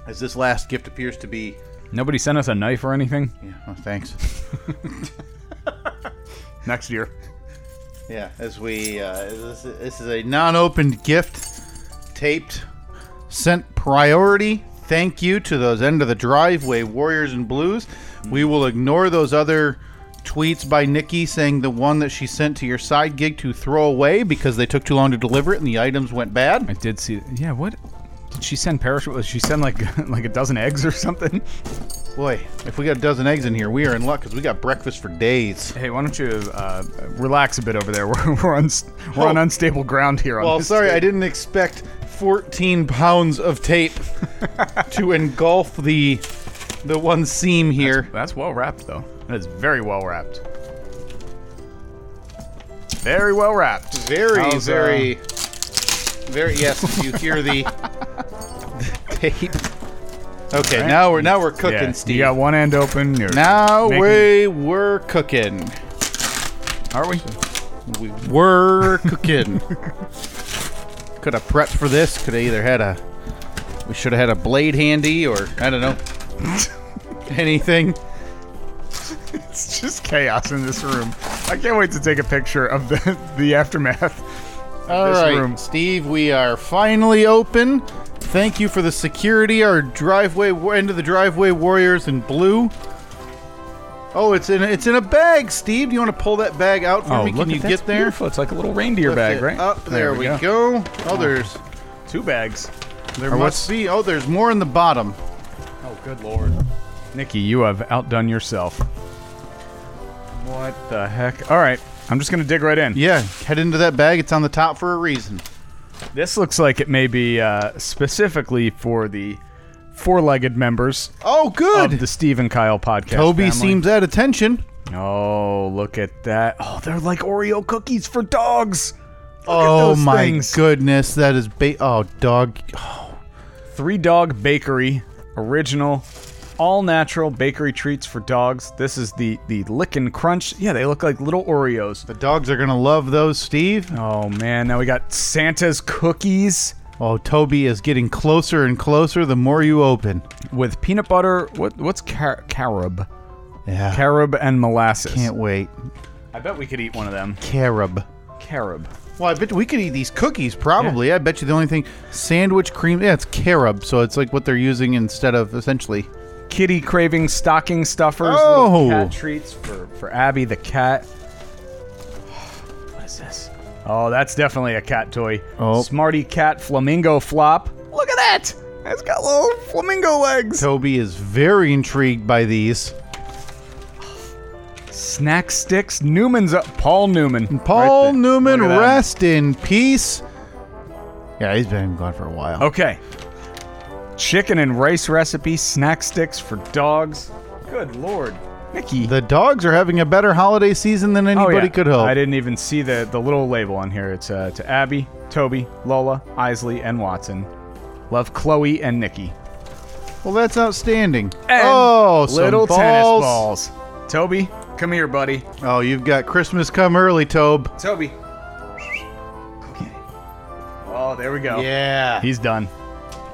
S2: As this last gift appears to be.
S1: Nobody sent us a knife or anything
S2: Yeah, well, thanks.
S1: next year.
S2: Yeah, as we uh, this, this is a non-opened gift, taped, sent priority. Thank you to those end of the driveway Warriors and Blues. We will ignore those other tweets by Nikki saying the one that she sent to your side gig to throw away because they took too long to deliver it and the items went bad.
S1: I did see. Yeah, what? Did she send parachute? Did she send like like a dozen eggs or something?
S2: Boy, if we got a dozen eggs in here, we are in luck because we got breakfast for days.
S1: Hey, why don't you uh, relax a bit over there? We're we're, uns we're on
S2: Oh.
S1: unstable ground here. On
S2: Well,
S1: this
S2: sorry,
S1: stage.
S2: I didn't expect 14 pounds of tape to engulf the the one seam here.
S1: That's well wrapped though. That is very well wrapped. Very well wrapped.
S2: Very,
S1: How's, uh,
S2: very, very. Yes, you hear the, the tape. Okay,
S1: Right.
S2: now we're now we're cooking,
S1: Yeah,
S2: Steve.
S1: You got one end open. You're
S2: now
S1: making-
S2: we were cooking.
S1: Are we?
S2: We were cooking. could have prepped for this. Could have either had a. We should have had a blade handy, or I don't know. Anything.
S1: It's just chaos in this room. I can't wait to take a picture of the, the aftermath.
S2: All
S1: this
S2: right,
S1: room.
S2: Steve, we are finally open. Thank you for the security. Our driveway, end of the driveway, warriors in blue. Oh, it's in it's in a bag, Steve. Do you want to pull that bag
S1: Oh,
S2: out for me? Can you get there?
S1: It's like a little reindeer bag,
S2: Lift it
S1: right?
S2: Up there, we go. Oh, there's
S1: Two bags.
S2: there
S1: Or what's-
S2: must be. Oh, there's more in the bottom.
S1: Oh, good lord. Nikki, you have outdone yourself. What the heck? All right, I'm just gonna dig right in.
S2: Yeah, head into that bag. It's on the top for a reason.
S1: This looks like it may be uh, specifically for the four-legged members
S2: Oh,
S1: of
S2: good.
S1: the Steve and Kyle podcast.
S2: Toby
S1: family.
S2: seems at attention.
S1: Oh, look at that! Oh, they're like Oreo cookies for dogs. Look at
S2: oh
S1: those
S2: my
S1: things.
S2: goodness, that is ba- oh dog.
S1: Three Dog Bakery, original, all natural bakery treats for dogs. This is the the lick and crunch. Yeah, they look like little Oreos.
S2: The dogs are gonna love those, Steve.
S1: Oh man, now we got Santa's cookies
S2: Oh, Toby is getting closer and closer the more you open.
S1: with peanut butter. What what's car- carob?
S2: Yeah.
S1: Carob and molasses.
S2: Can't wait.
S1: I bet we could eat one of them.
S2: Carob.
S1: Carob.
S2: Well, I bet we could eat these cookies probably. I bet you the only thing sandwich cream. Yeah, it's carob, so it's like what they're using instead of essentially.
S1: Kitty craving stocking stuffers.
S2: Oh.
S1: little Cat treats for for Abby the cat. What is this? Oh, that's definitely a cat toy.
S2: Oh.
S1: Smarty Cat Flamingo Flop. Look at that! It's got little flamingo legs.
S2: Toby is very intrigued by these.
S1: Snack sticks. Newman's up. Paul Newman.
S2: Paul
S1: Right there.
S2: Newman,
S1: Look at that.
S2: rest in peace. Yeah, he's been gone for a while.
S1: Okay. Chicken and rice recipe. Snack sticks for dogs. Good lord. Mickey.
S2: The dogs are having a better holiday season than
S1: Oh,
S2: anybody
S1: yeah.
S2: could hope.
S1: I didn't even see the, the little label on here. It's uh, to Abby, Toby, Lola, Isley, and Watson. Love Chloe and Nikki.
S2: Well, that's outstanding.
S1: And
S2: oh, some
S1: little
S2: balls.
S1: tennis balls. Toby, come here, buddy.
S2: Oh, you've got Christmas come early, Tobe.
S1: Toby. Okay. Oh, there we go.
S2: Yeah.
S1: He's done.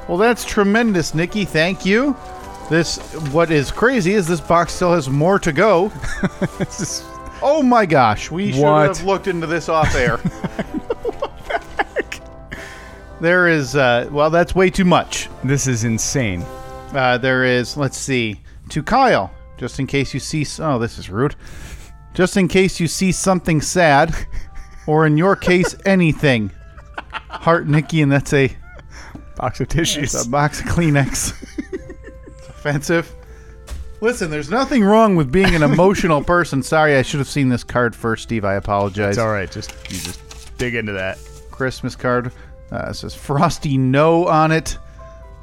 S2: Well, that's tremendous, Nikki. Thank you. This what is crazy is this box still has more to go.
S1: This is-
S2: Oh my gosh, we should
S1: What?
S2: have looked into this off air. there is uh, well, that's way too much.
S1: this is insane.
S2: Uh, there is, let's see, to Kyle, just in case you see. Oh, this is rude. Just in case you see something sad, or in your case, anything. Heart Nikki, and that's a,
S1: Box of tissues.
S2: a box of Kleenex. it's offensive. Listen, there's nothing wrong with being an emotional person. Sorry, I should have seen this card first, Steve. I apologize.
S1: It's all right. Just you just dig into that.
S2: Christmas card. Uh, it says Frosty No on it.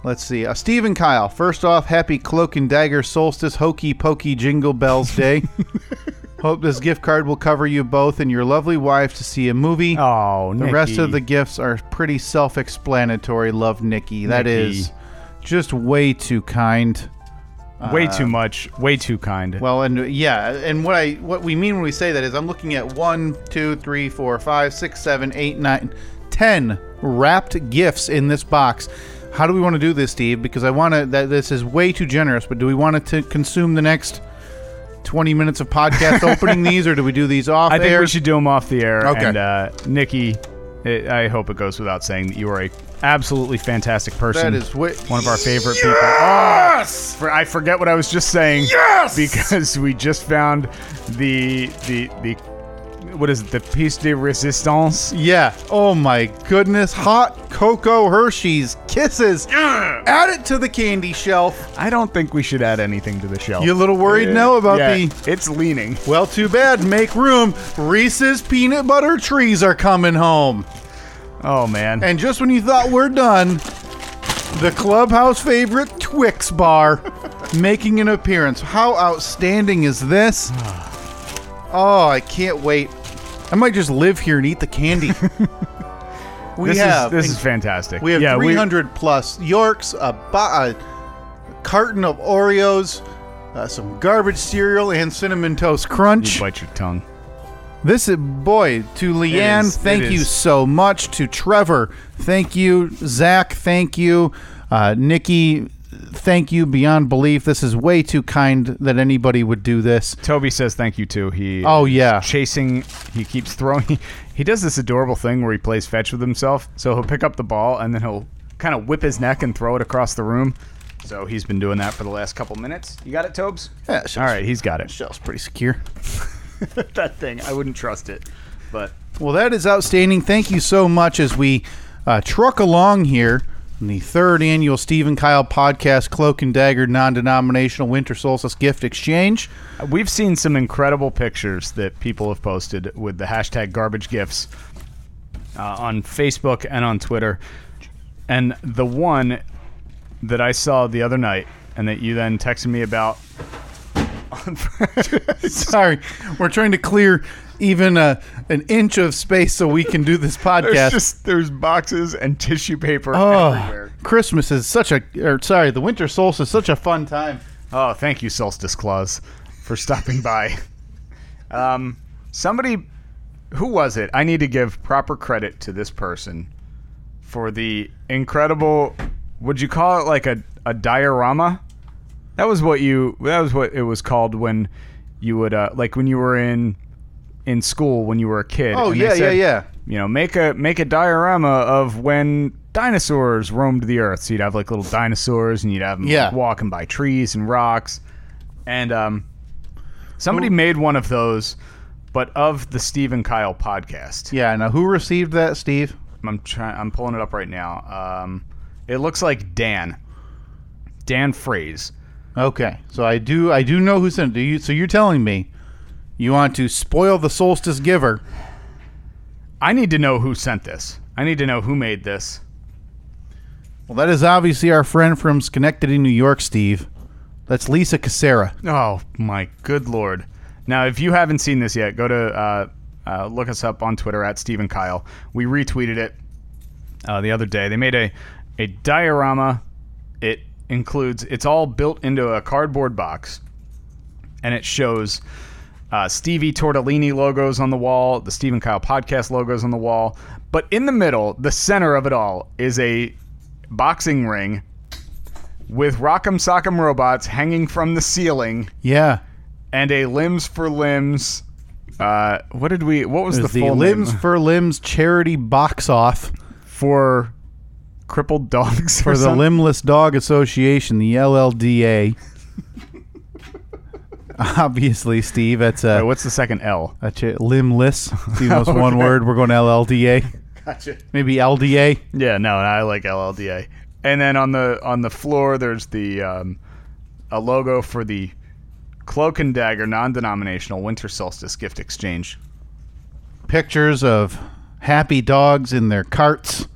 S2: Let's see. Uh, Steve and Kyle. First off, happy Cloak and Dagger Solstice Hokey Pokey Jingle Bells Day. Hope this gift card will cover you both and your lovely wife to see a movie.
S1: Oh,
S2: the rest of the gifts are pretty self explanatory. Love Nikki. That
S1: Nikki.
S2: is just way too kind.
S1: way
S2: uh,
S1: too much, way too kind.
S2: Well, and yeah, and what I what we mean when we say that is I'm looking at one, two, three, four, five, six, seven, eight, nine, ten wrapped gifts in this box. How do we want to do this, Steve? Because I want to. That this is way too generous. But do we want it to consume the next twenty minutes of podcast opening these, or do we do these off
S1: I think
S2: air?
S1: we should do them off the air.
S2: Okay.
S1: And uh, Nikki, it, I hope it goes without saying that you are a absolutely fantastic person.
S2: that is wi-
S1: one of our favorite people. Yes! For, I forget what I was just saying. Yes! Because we just found the the the what is it? The piece de resistance.
S2: Yeah. Oh my goodness. Hot cocoa Hershey's kisses. Add it to the candy shelf.
S1: I don't think we should add anything to the shelf.
S2: You a little worried now about
S1: yeah,
S2: the
S1: It's leaning.
S2: Well, too bad. Make room. Reese's peanut butter trees are coming home.
S1: Oh man.
S2: And just when you thought we're done, the clubhouse favorite Twix bar making an appearance. How outstanding is this? Oh, I can't wait. I might just live here and eat the candy. we
S1: this
S2: have
S1: is this is fantastic.
S2: we have
S1: yeah,
S2: 300 plus Yorks, a, bo- a carton of Oreos, uh, some garbage cereal, and cinnamon toast crunch.
S1: You bite your tongue.
S2: This is boy to Leanne.
S1: It is,
S2: thank
S1: it
S2: you
S1: is.
S2: so much to Trevor. Thank you, Zach. Thank you, uh, Nikki. Thank you beyond belief. This is way too kind that anybody would do this.
S1: Toby says thank you too. He
S2: Oh yeah,
S1: chasing. He keeps throwing. He, does this adorable thing where he plays fetch with himself. So he'll pick up the ball and then he'll kind of whip his neck and throw it across the room. So he's been doing that for the last couple minutes. You got it, Tobes?
S2: Yeah, sure.
S1: All right, he's got it.
S2: shell's pretty secure.
S1: that thing, I wouldn't trust it. But
S2: Well, that is outstanding. Thank you so much as we uh, truck along here in the third annual Stephen Kyle podcast, Cloak and Dagger non denominational winter solstice gift exchange.
S1: we've seen some incredible pictures that people have posted with the hashtag garbage gifts uh, on Facebook and on Twitter. And the one that I saw the other night and that you then texted me about
S2: Sorry, we're trying to clear even a, an inch of space so we can do this podcast.
S1: There's just there's boxes and tissue paper
S2: oh,
S1: everywhere.
S2: Christmas is such a, or sorry, the winter solstice is such a fun time.
S1: Oh, thank you, Solstice Claus, for stopping by. Um, somebody, who was it? I need to give proper credit to this person for the incredible. Would you call it like a, a diorama? That was what you. That was what it was called when you would uh, like when you were in in school when you were a kid.
S2: Oh,
S1: and they
S2: yeah, yeah,
S1: said,
S2: yeah.
S1: You know, make a make a diorama of when dinosaurs roamed the earth. So you'd have like little dinosaurs, and you'd have them
S2: Yeah.
S1: walking by trees and rocks. And um, somebody made one of those, but of the Steve and Kyle podcast.
S2: Yeah, now who received that, Steve?
S1: I'm trying. I'm pulling it up right now. Um, it looks like Dan. Dan Phrase.
S2: Okay, so I do, I do know who sent it. Do you, so you're telling me you want to spoil the solstice giver?
S1: I need to know who sent this. I need to know who made this.
S2: Well, that is obviously our friend from Schenectady, New York, Steve. That's Lisa Casera.
S1: Oh my good lord! Now, if you haven't seen this yet, go to uh, uh, look us up on Twitter at Stephen Kyle. We retweeted it uh, the other day. They made a a diorama. It includes it's all built into a cardboard box, and it shows uh, Stevie Tortellini logos on the wall, the Stephen Kyle podcast logos on the wall. But in the middle, the center of it all, is a boxing ring with Rock'em Sock'em robots hanging from the ceiling
S2: Yeah.
S1: and a limbs for limbs. Uh, what did we? What was
S2: It
S1: the
S2: was the
S1: full
S2: Limbs
S1: name?
S2: for Limbs charity box off
S1: for crippled dogs
S2: for the Limbless Dog Association, the LLDA. Obviously, Steve, that's a,
S1: What's the second L?
S2: that's a limbless. See, that's
S1: Okay.
S2: one word. We're going LLDA.
S1: Gotcha.
S2: Maybe LDA.
S1: Yeah, no, I like LLDA. And then on the on the floor, there's the um, a logo for the Cloak and Dagger non-denominational Winter Solstice gift exchange.
S2: Pictures of happy dogs in their carts.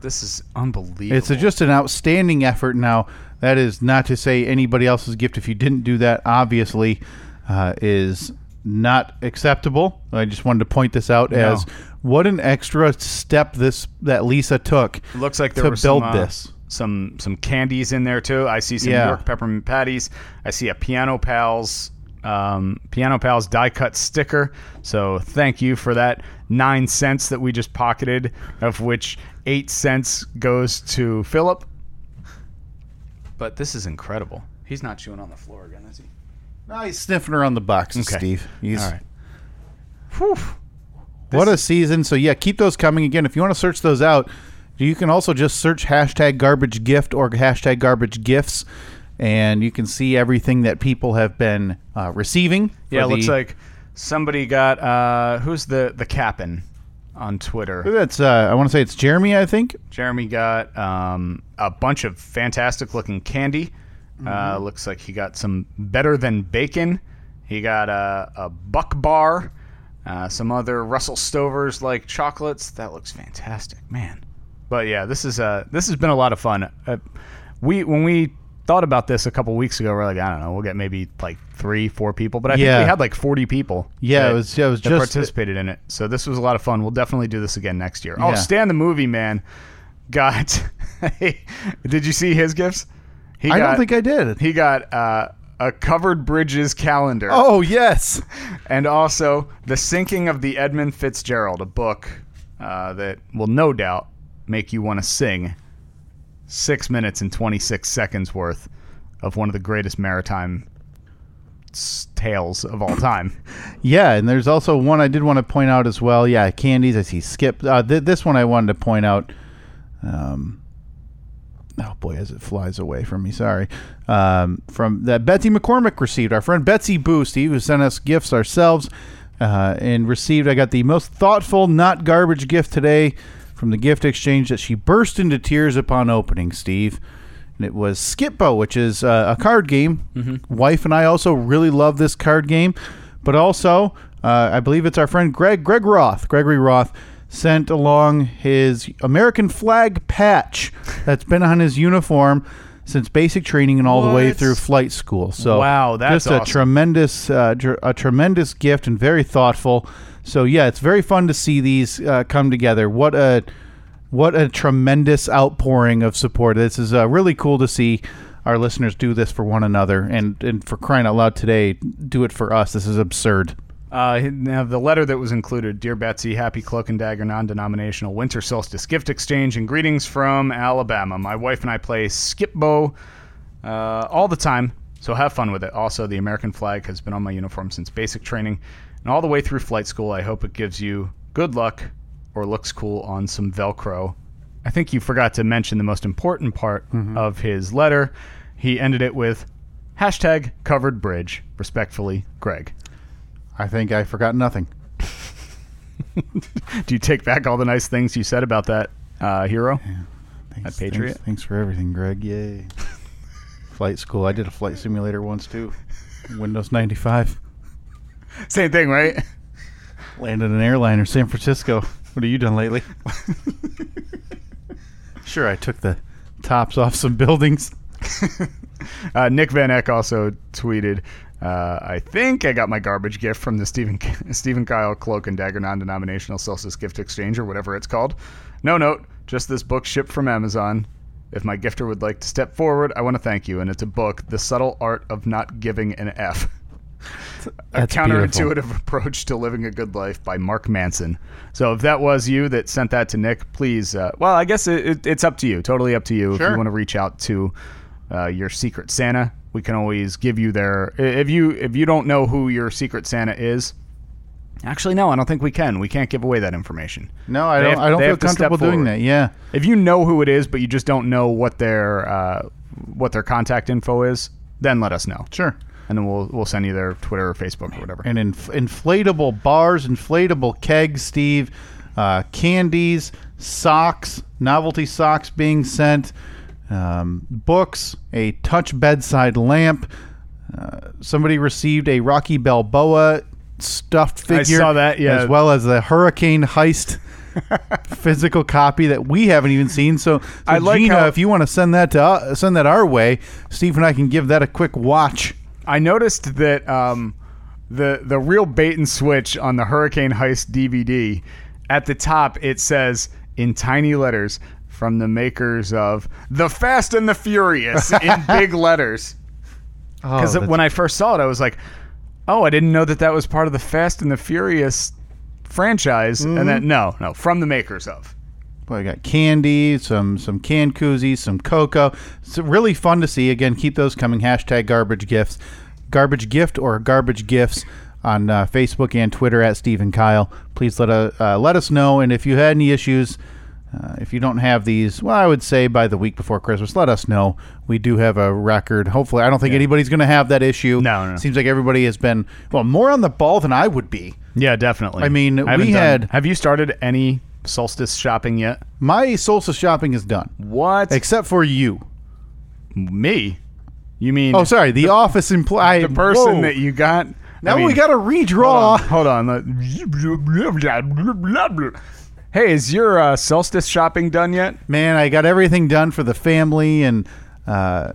S1: This is unbelievable.
S2: It's a, just an outstanding effort. Now, that is not to say anybody else's gift, if you didn't do that, obviously, uh, is not acceptable. I just wanted to point this out as what an extra step this that Lisa took.
S1: It looks like there
S2: to
S1: were some,
S2: build
S1: uh,
S2: this.
S1: some some candies in there too. I see some
S2: Yeah.
S1: York peppermint patties. I see a Piano Pals um, Piano Pals die cut sticker. So thank you for that nine cents that we just pocketed, of which eight cents goes to Philip. But this is incredible. He's not chewing on the floor again, is he?
S2: No, he's sniffing around the boxes,
S1: Okay.
S2: Steve. He's,
S1: All right.
S2: What a season. So, yeah, keep those coming again. If you want to search those out, you can also just search hashtag garbage gift or hashtag garbage gifts, and you can see everything that people have been uh, receiving. for
S1: Yeah, it looks
S2: the-
S1: like somebody got uh, who's the the captain on Twitter.
S2: That's uh, I want to say it's Jeremy. I think
S1: Jeremy got um, a bunch of fantastic looking candy. Uh,
S2: Mm-hmm.
S1: looks like he got some better than bacon. He got a, a buck bar, uh, some other Russell Stover's like chocolates. That looks fantastic, man. But yeah, this is uh, this has been a lot of fun. Uh, we when we thought about this a couple weeks ago, we're like, I don't know, we'll get maybe like three, four people, but I
S2: Yeah.
S1: think we had like forty people.
S2: Yeah, it
S1: that-
S2: was- yeah, it was
S1: that
S2: just-
S1: participated in it. So this was a lot of fun. We'll definitely do this again next year. Oh,
S2: Yeah.
S1: Stan the movie man got. did you see his gifts? He
S2: I
S1: got-
S2: don't think I did.
S1: he got uh, a covered bridges calendar,
S2: oh yes,
S1: and also the sinking of the Edmund Fitzgerald, a book uh, that will no doubt make you want to sing six minutes and twenty six seconds worth of one of the greatest maritime s- tales of all time.
S2: yeah. And there's also one I did want to point out as well. Yeah, candies. I see Skip. Uh, th- this one I wanted to point out. Um, oh boy, as it flies away from me. Sorry. Um, from that Betsy McCormick received our friend Betsy Boo, Steve, who sent us gifts ourselves, uh, and received. I got the most thoughtful, not garbage gift today from the gift exchange that she burst into tears upon opening. Steve. And it was Skipbo, which is uh, a card game. Wife and I also really love this card game, but also uh, I believe it's our friend Greg Greg Roth, Gregory Roth, sent along his American flag patch that's been on his uniform since basic training and all the way
S1: What?
S2: through flight school. So
S1: Wow, that's
S2: just a
S1: awesome.
S2: tremendous uh, tr- a tremendous gift and very thoughtful. So yeah, it's very fun to see these uh, come together. What a what a tremendous outpouring of support. This is uh, really cool to see our listeners do this for one another and, and for crying out loud today, do it for us. This is absurd.
S1: Uh, now, the letter that was included Dear Betsy, happy cloak and dagger non denominational winter solstice gift exchange and greetings from Alabama. My wife and I play skipbo uh, all the time, so have fun with it. Also, the American flag has been on my uniform since basic training and all the way through flight school. I hope it gives you good luck or looks cool on some Velcro. I think you forgot to mention the most important part of his letter. He ended it with hashtag covered bridge. Respectfully, Greg.
S2: I think I forgot nothing.
S1: Do you take back all the nice things you said about that uh, hero?
S2: Thanks,
S1: That Patriot?
S2: Thanks, thanks for everything, Greg. Yay. flight school. I did a flight simulator once too. Windows 95.
S1: Same thing, right?
S2: Landed an airliner, San Francisco. What have you done lately? sure, I took the tops off some buildings.
S1: Uh, Nick Van Eck also tweeted, uh, I think I got my garbage gift from the Stephen, Stephen Kyle Cloak and Dagger non denominational Celsius gift exchange or whatever it's called. No note, just this book shipped from Amazon. If my gifter would like to step forward, I want to thank you. And it's a book, The Subtle Art of Not Giving an F. a
S2: That's
S1: counterintuitive
S2: beautiful.
S1: approach to living a good life by Mark Manson. So if that was you that sent that to Nick, please. Uh, well, I guess it, it, it's up to you. Totally up to you. If
S2: Sure.
S1: you want to reach out to uh, your secret Santa, we can always give you their. i- If you if you don't know who your secret Santa is, actually no, I don't think we can. We can't give away that information.
S2: No, I
S1: They
S2: don't.
S1: have-
S2: I don't
S1: they
S2: feel
S1: have to step
S2: comfortable doing
S1: forward.
S2: that. Yeah,
S1: If you know who it is, but you just don't know what their uh, what their contact info is, then let us know,
S2: sure.
S1: and then we'll we'll send you their Twitter or Facebook or whatever.
S2: And inf- inflatable bars, inflatable kegs, Steve, uh, candies, socks, novelty socks being sent, um, books, a touch bedside lamp. Uh, somebody received a Rocky Balboa stuffed
S1: I
S2: figure.
S1: saw that, yeah.
S2: As well as the Hurricane Heist physical copy that we haven't even seen. So, so
S1: I like
S2: Gina,
S1: how-
S2: if you want to send that to uh, send that our way, Steve and I can give that a quick watch.
S1: I noticed that um, the the real bait and switch on the Hurricane Heist DVD at the top it says in tiny letters from the makers of The Fast and the Furious in big letters. Because when I first saw it, I was like, "Oh, I didn't know that that was part of the Fast and the Furious franchise." And then no, no, from the makers of.
S2: Well, I got candy, some some canned koozies, some cocoa. It's really fun to see. Again, keep those coming. Hashtag garbage gifts, garbage gift or garbage gifts on uh, Facebook and Twitter at Steve and Kyle. Please let uh, uh, let us know. And if you had any issues, uh, if you don't have these, well, I would say by the week before Christmas, let us know. We do have a record. Hopefully, I don't think anybody's going to have that issue.
S1: No, no, no.
S2: Seems like everybody has been well more on the ball than I would be.
S1: Yeah, definitely.
S2: I mean,
S1: haven't done-
S2: we had-
S1: Have you started any solstice shopping yet?
S2: My solstice shopping is done,
S1: What?
S2: except for you.
S1: me? You mean?
S2: Oh, sorry. The, office employee.
S1: the person that you got.
S2: Now
S1: I mean,
S2: we got to redraw.
S1: Hold on. Hold on. let- Hey, is your uh, solstice shopping done yet?
S2: Man, I got everything done for the family and uh,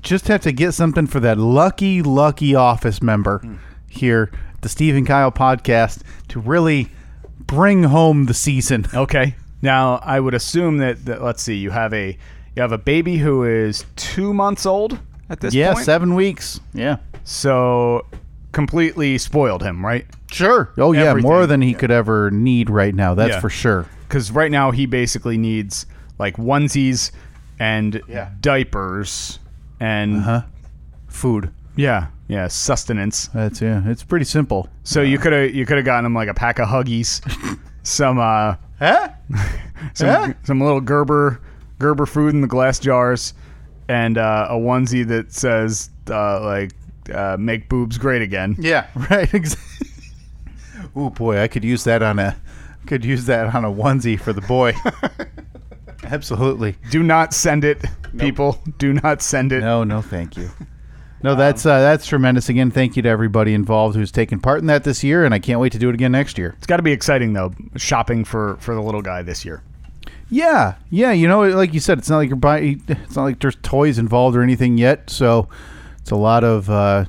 S2: just have to get something for that lucky, lucky office member
S1: Hmm.
S2: here, at the Steve and Kyle podcast, to really bring home the season.
S1: Okay. Now I would assume that, that let's see, you have a you have a baby who is two months old at this
S2: yeah,
S1: point.
S2: seven weeks. Yeah.
S1: So completely spoiled him, right?
S2: Sure. Oh, yeah. More
S1: Everything.
S2: than he could ever need right now. That's
S1: Yeah.
S2: for sure.
S1: Because right now he basically needs like onesies and
S2: Yeah.
S1: diapers and
S2: Food.
S1: yeah, yeah, sustenance.
S2: That's, yeah. It's pretty simple.
S1: So you could have you could have gotten him like a pack of Huggies, some uh,
S2: Huh?
S1: some,
S2: Yeah.
S1: some little Gerber Gerber food in the glass jars, and uh, a onesie that says uh, like uh, "Make boobs great again."
S2: Yeah, right. Exactly. oh boy, I could use that on a could use that on a onesie for the boy. Absolutely.
S1: Do not send it, people. Do not send it.
S2: No, no, thank you. No, that's uh, that's tremendous. Again, thank you to everybody involved who's taken part in that this year, and I can't wait to do it again next year.
S1: It's got to be exciting though, shopping for for the little guy this year.
S2: Yeah, yeah. You know, like you said, it's not like you're buying. It's not like there's toys involved or anything yet. So it's a lot of uh,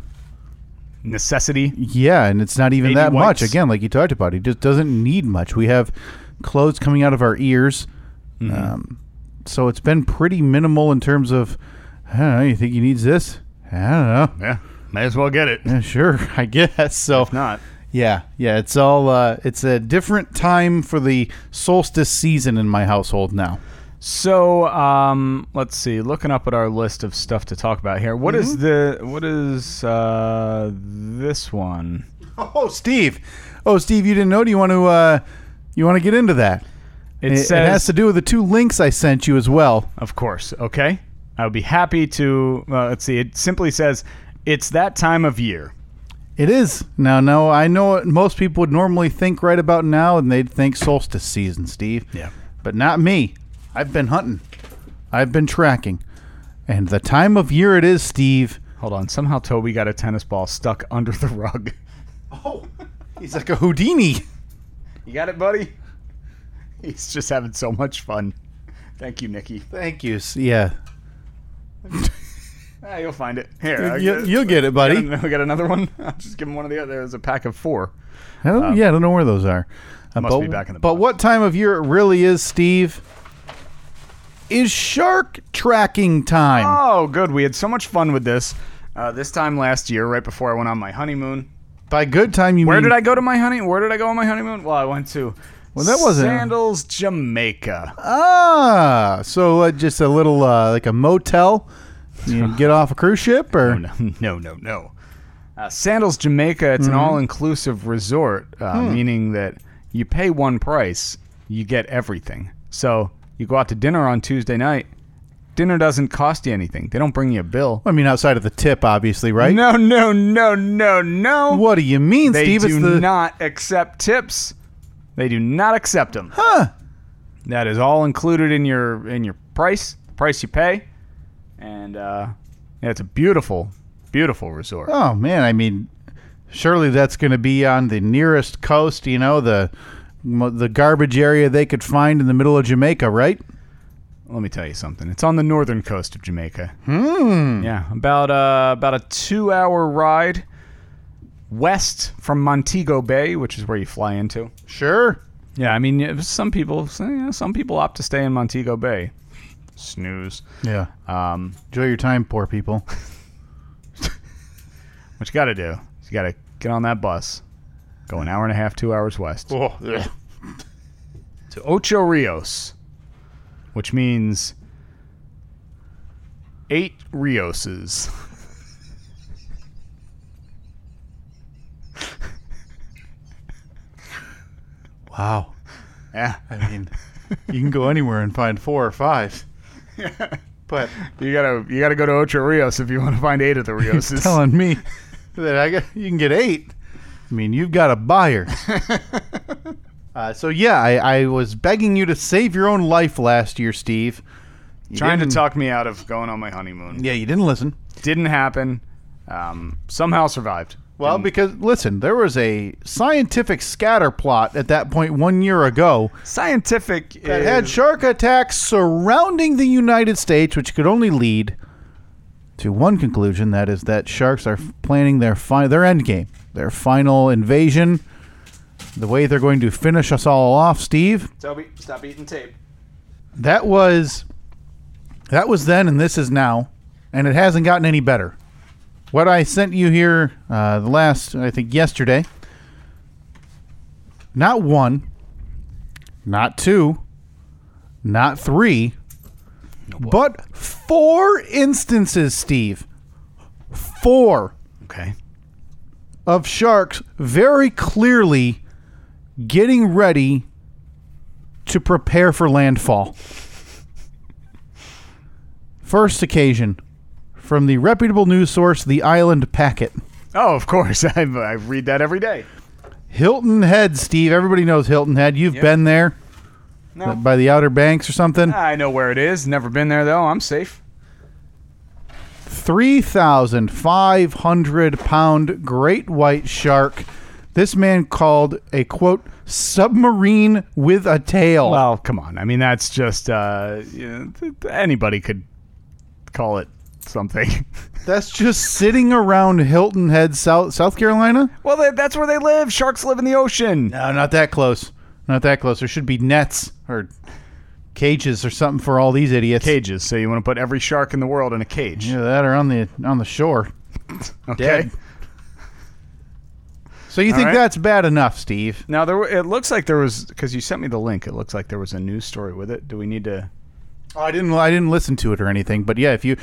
S1: Necessity.
S2: Yeah, and it's not even
S1: Baby
S2: that
S1: wipes.
S2: much. Again, like you talked about, he just doesn't need much. We have clothes coming out of our ears,
S1: Mm-hmm.
S2: um, so it's been pretty minimal in terms of. I don't know. You think he needs this? I don't know.
S1: Yeah, may as well get it.
S2: Yeah, sure, I guess so.
S1: Not.
S2: Yeah, yeah. It's all. Uh, it's a different time for the solstice season in my household now.
S1: So, um, let's see. Looking up at our list of stuff to talk about here. What
S2: Mm-hmm.
S1: is the what is uh, this one?
S2: Oh, Steve. Oh, Steve, you didn't know. Do you want to? Uh, you want to get into that?
S1: It,
S2: It, it
S1: says,
S2: has to do with the two links I sent you as well.
S1: of course. Okay, I would be happy to. Uh, let's see. It simply says it's that time of year.
S2: It is. Now, no, I know what most people would normally think right about now, and they'd think solstice season, Steve.
S1: Yeah.
S2: But not me. I've been hunting, I've been tracking. And the time of year it is, Steve.
S1: Hold on. Somehow Toby got a tennis ball stuck under the rug.
S2: Oh, he's like a Houdini.
S1: You got it, buddy. He's just having so much fun. Thank you, Nikki.
S2: Thank you. S- Yeah.
S1: Ah, you'll find it. Here. I-
S2: You, you'll get it, buddy.
S1: we got another one. I'll just give him one of the other. There's a pack of four.
S2: I don't, yeah, I don't know where those are. Uh,
S1: must
S2: but,
S1: be back in the
S2: but
S1: box.
S2: what time of year it really is, Steve? Is shark tracking time?
S1: Oh, good. We had so much fun with this. Uh, this time last year, right before I went on my honeymoon.
S2: By good time, you
S1: Where
S2: mean
S1: did I go to my honey? Where did I go on my honeymoon? Well, I went to. Well,
S2: that wasn't-
S1: Sandals, Jamaica.
S2: Ah, so uh, just a little uh, like a motel. You can get off a cruise ship, or
S1: Oh, No, no, no, no. Uh, Sandals, Jamaica. It's an all-inclusive resort, uh, meaning that you pay one price, you get everything. So you go out to dinner on Tuesday night. Dinner doesn't cost you anything. They don't bring you a bill.
S2: I mean, outside of the tip, obviously, right?
S1: Oh, No, no, no, no, no.
S2: What do you mean,
S1: They
S2: Steve?
S1: do
S2: it's the
S1: not accept tips. They do not accept them.
S2: huh?
S1: That is all included in your in your price, the price you pay, and uh, yeah, it's a beautiful, beautiful resort.
S2: Oh man, I mean, surely that's going to be on the nearest coast. You know the mo- the garbage area they could find in the middle of Jamaica, right?
S1: Let me tell you something. It's on the northern coast of Jamaica. Hmm. Yeah, about uh, about a two-hour ride west from Montego Bay, which is where you fly into.
S2: Sure.
S1: Yeah, I mean, yeah, some people yeah, some people opt to stay in Montego Bay. Snooze.
S2: Yeah.
S1: Um,
S2: Enjoy your time, poor people.
S1: What you got to do is you got to get on that bus, go an hour and a half, two hours west
S2: Oh,
S1: to Ocho Rios, which means eight Rioses.
S2: wow.
S1: Yeah,
S2: I mean, you can go anywhere and find four or five. But
S1: you gotta you gotta go to Ocho Rios if you want to find eight of the
S2: you're
S1: Rioses.
S2: telling me that I got, you can get eight. I mean, you've got a buyer. uh, so yeah, I, I was begging you to save your own life last year, Steve. You
S1: Trying to
S2: didn't-
S1: talk me out of going on my honeymoon
S2: Yeah, you didn't listen.
S1: didn't happen. Um, somehow survived.
S2: Well, because listen, there was a scientific scatter plot at that point one year ago
S1: Scientific
S2: that
S1: is-
S2: had shark attacks surrounding the United States, which could only lead to one conclusion: that is that sharks are planning their fi- their end game, their final invasion. The way they're going to finish us all off, Steve.
S1: Toby, stop eating tape.
S2: That was that was then, and this is now, and it hasn't gotten any better. What I sent you here uh, the last, I think, yesterday. Not one, not two, not three, but four instances, Steve. Four
S1: Okay.
S2: of sharks very clearly getting ready to prepare for landfall. First occasion from the reputable news source, The Island Packet.
S1: Oh, of course. I, I read that every day.
S2: Hilton Head, Steve. Everybody knows Hilton Head. You've been there
S1: No.
S2: by the Outer Banks or something.
S1: I know where it is. Never been there though. I'm safe.
S2: 3,500 pound great white shark. This man called a quote, submarine with a tail.
S1: Well, come on. I mean, that's just uh, you know, th- th- anybody could call it something.
S2: That's just sitting around Hilton Head, South South Carolina.
S1: well, they, that's where they live. Sharks live in the ocean.
S2: No, not that close. Not that close. There should be nets or cages or something for all these idiots.
S1: Cages. So you want to put every shark in the world in a cage?
S2: Either that or on the on the shore.
S1: okay.
S2: dead. So you
S1: All
S2: think
S1: right.
S2: that's bad enough, Steve?
S1: Now there. were- It looks like there was because you sent me the link. It looks like there was a news story with it. Do we need to?
S2: Oh, I didn't. I didn't listen to it or anything. But yeah, if you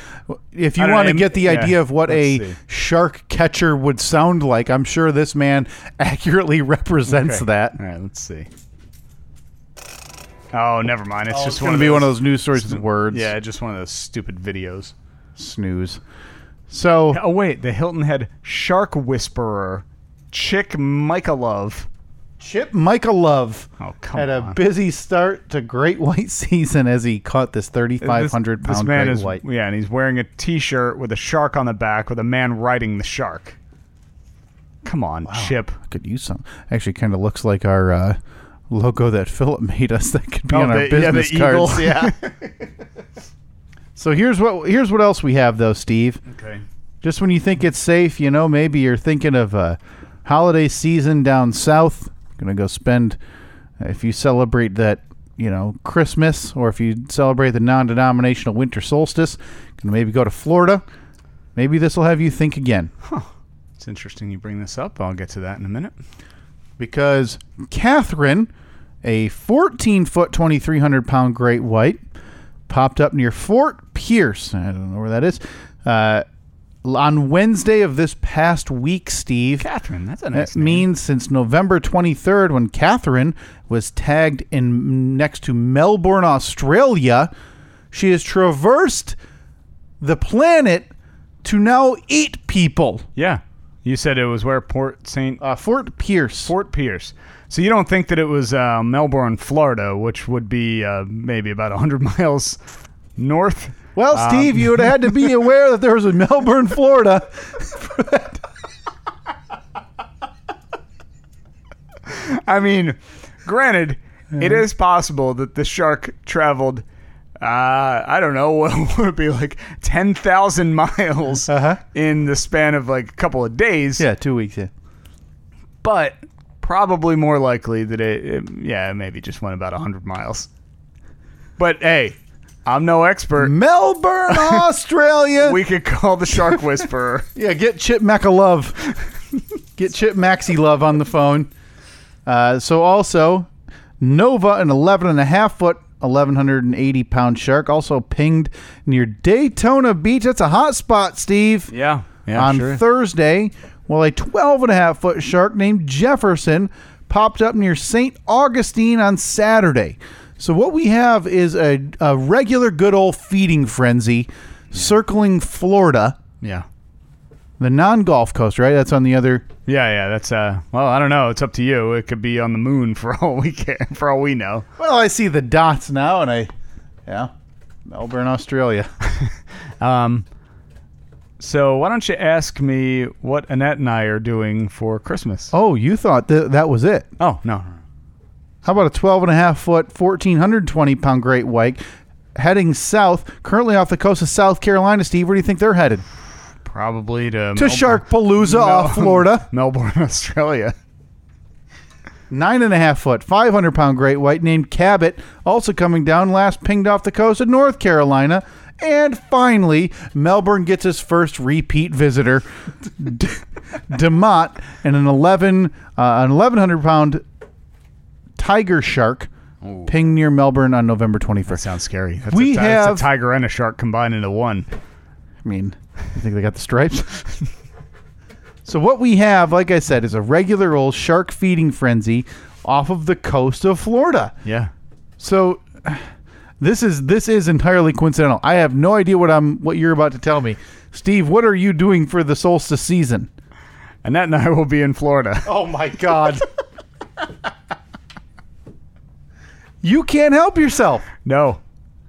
S2: if you
S1: I don't
S2: want to
S1: know,
S2: get the
S1: yeah,
S2: idea of what
S1: let's
S2: a
S1: see.
S2: shark catcher would sound like, I'm sure this man accurately represents
S1: Okay.
S2: that.
S1: All right. Let's see. Oh, never mind. It's
S2: It's
S1: just
S2: going
S1: going
S2: to be one of those news stories with words.
S1: Yeah, just one of those stupid videos.
S2: snooze. So
S1: Oh wait, the Hilton Head Shark Whisperer, Chick Michalove.
S2: Chip Michael Love
S1: Oh come
S2: had a
S1: on.
S2: busy start to great white season as he caught this
S1: This-
S2: 3,500
S1: this
S2: pound
S1: man
S2: great
S1: is,
S2: white.
S1: Yeah, and he's wearing a T-shirt with a shark on the back, with a man riding the shark. Come on, Chip.
S2: Could use some. Actually, kind of looks like our uh, logo that Philip made us. That could be
S1: Oh,
S2: on our
S1: the- yeah, the
S2: business
S1: eagle,
S2: cards.
S1: yeah.
S2: So here's what here's what else we have though, Steve.
S1: Okay.
S2: Just when you think it's safe, you know, maybe you're thinking of a holiday season down south. Gonna go spend if you celebrate that, you know, Christmas, or if you celebrate the non-denominational winter solstice. Gonna maybe go to Florida. Maybe this will have you think again
S1: It's interesting you bring this up. I'll get to that in a minute.
S2: because Catherine, a 14 foot 2,300 pound great white, popped up near Fort Pierce. I don't know where that is. Uh, on Wednesday of this past week, Steve.
S1: Catherine, that's a
S2: That
S1: nice name.
S2: means since November 23rd, when Catherine was tagged in next to Melbourne, Australia, she has traversed the planet to now eat people.
S1: Yeah. You said it was where Port St.
S2: Uh, Fort Pierce.
S1: Fort Pierce. So you don't think that it was uh, Melbourne, Florida, which would be uh, maybe about 100 miles north?
S2: Well, Steve, you would have had to be aware that there was a Melbourne, Florida.
S1: I mean, granted, it is possible that the shark traveled. Uh, I don't know what would it be like ten thousand miles
S2: Uh-huh.
S1: in the span of like a couple of days.
S2: Yeah, two weeks. Yeah.
S1: but probably more likely that it, it- yeah, it maybe just went about 100 miles. But hey, I'm no expert.
S2: Melbourne, Australia.
S1: We could call the shark whisperer.
S2: yeah, get Chip Mecca Love. get Chip Maxi Love on the phone. Uh, so also, Nova, an 11 and a half foot, 1,180 pound shark, also pinged near Daytona Beach. That's a hot spot, Steve.
S1: yeah. Yeah,
S2: on
S1: sure.
S2: Thursday, while a 12 and a half foot shark named Jefferson popped up near St. Augustine on Saturday. So, what we have is a, a regular good old feeding frenzy circling Florida,
S1: yeah.
S2: the non Gulf Coast, right? That's on the other.
S1: Yeah, yeah, that's uh well, I don't know, it's up to you. It could be on the moon for all we care, for all we know.
S2: Well, I see the dots now, and I. Yeah. Melbourne, Australia.
S1: Um so why don't you ask me what Annette and I are doing for Christmas?
S2: Oh, you thought th- that was it.
S1: oh no.
S2: How about a 12 and a half foot, 1,420 pound great white heading south, currently off the coast of South Carolina, Steve? Where do you think they're headed?
S1: Probably to
S2: to
S1: Melbourne-
S2: Sharkpalooza
S1: No.
S2: off Florida.
S1: Melbourne, Australia.
S2: Nine and a half foot, 500 pound great white named Cabot, also coming down last, pinged off the coast of North Carolina. And finally, Melbourne gets his first repeat visitor, D- DeMott, and an 11, uh, an 1,100 pound tiger shark pinged near Melbourne on November 21st.
S1: Sounds scary. That's
S2: We
S1: a, ti-
S2: have-
S1: that's a tiger and a shark combined into one.
S2: I mean, you think they got the stripes? so what we have, like I said, is a regular old shark feeding frenzy off of the coast of Florida.
S1: Yeah.
S2: So this is this is entirely coincidental. I have no idea what I'm what you're about to tell me. Steve, what are you doing for the solstice season?
S1: Annette and I will be in Florida.
S2: Oh my god. you can't help yourself.
S1: No,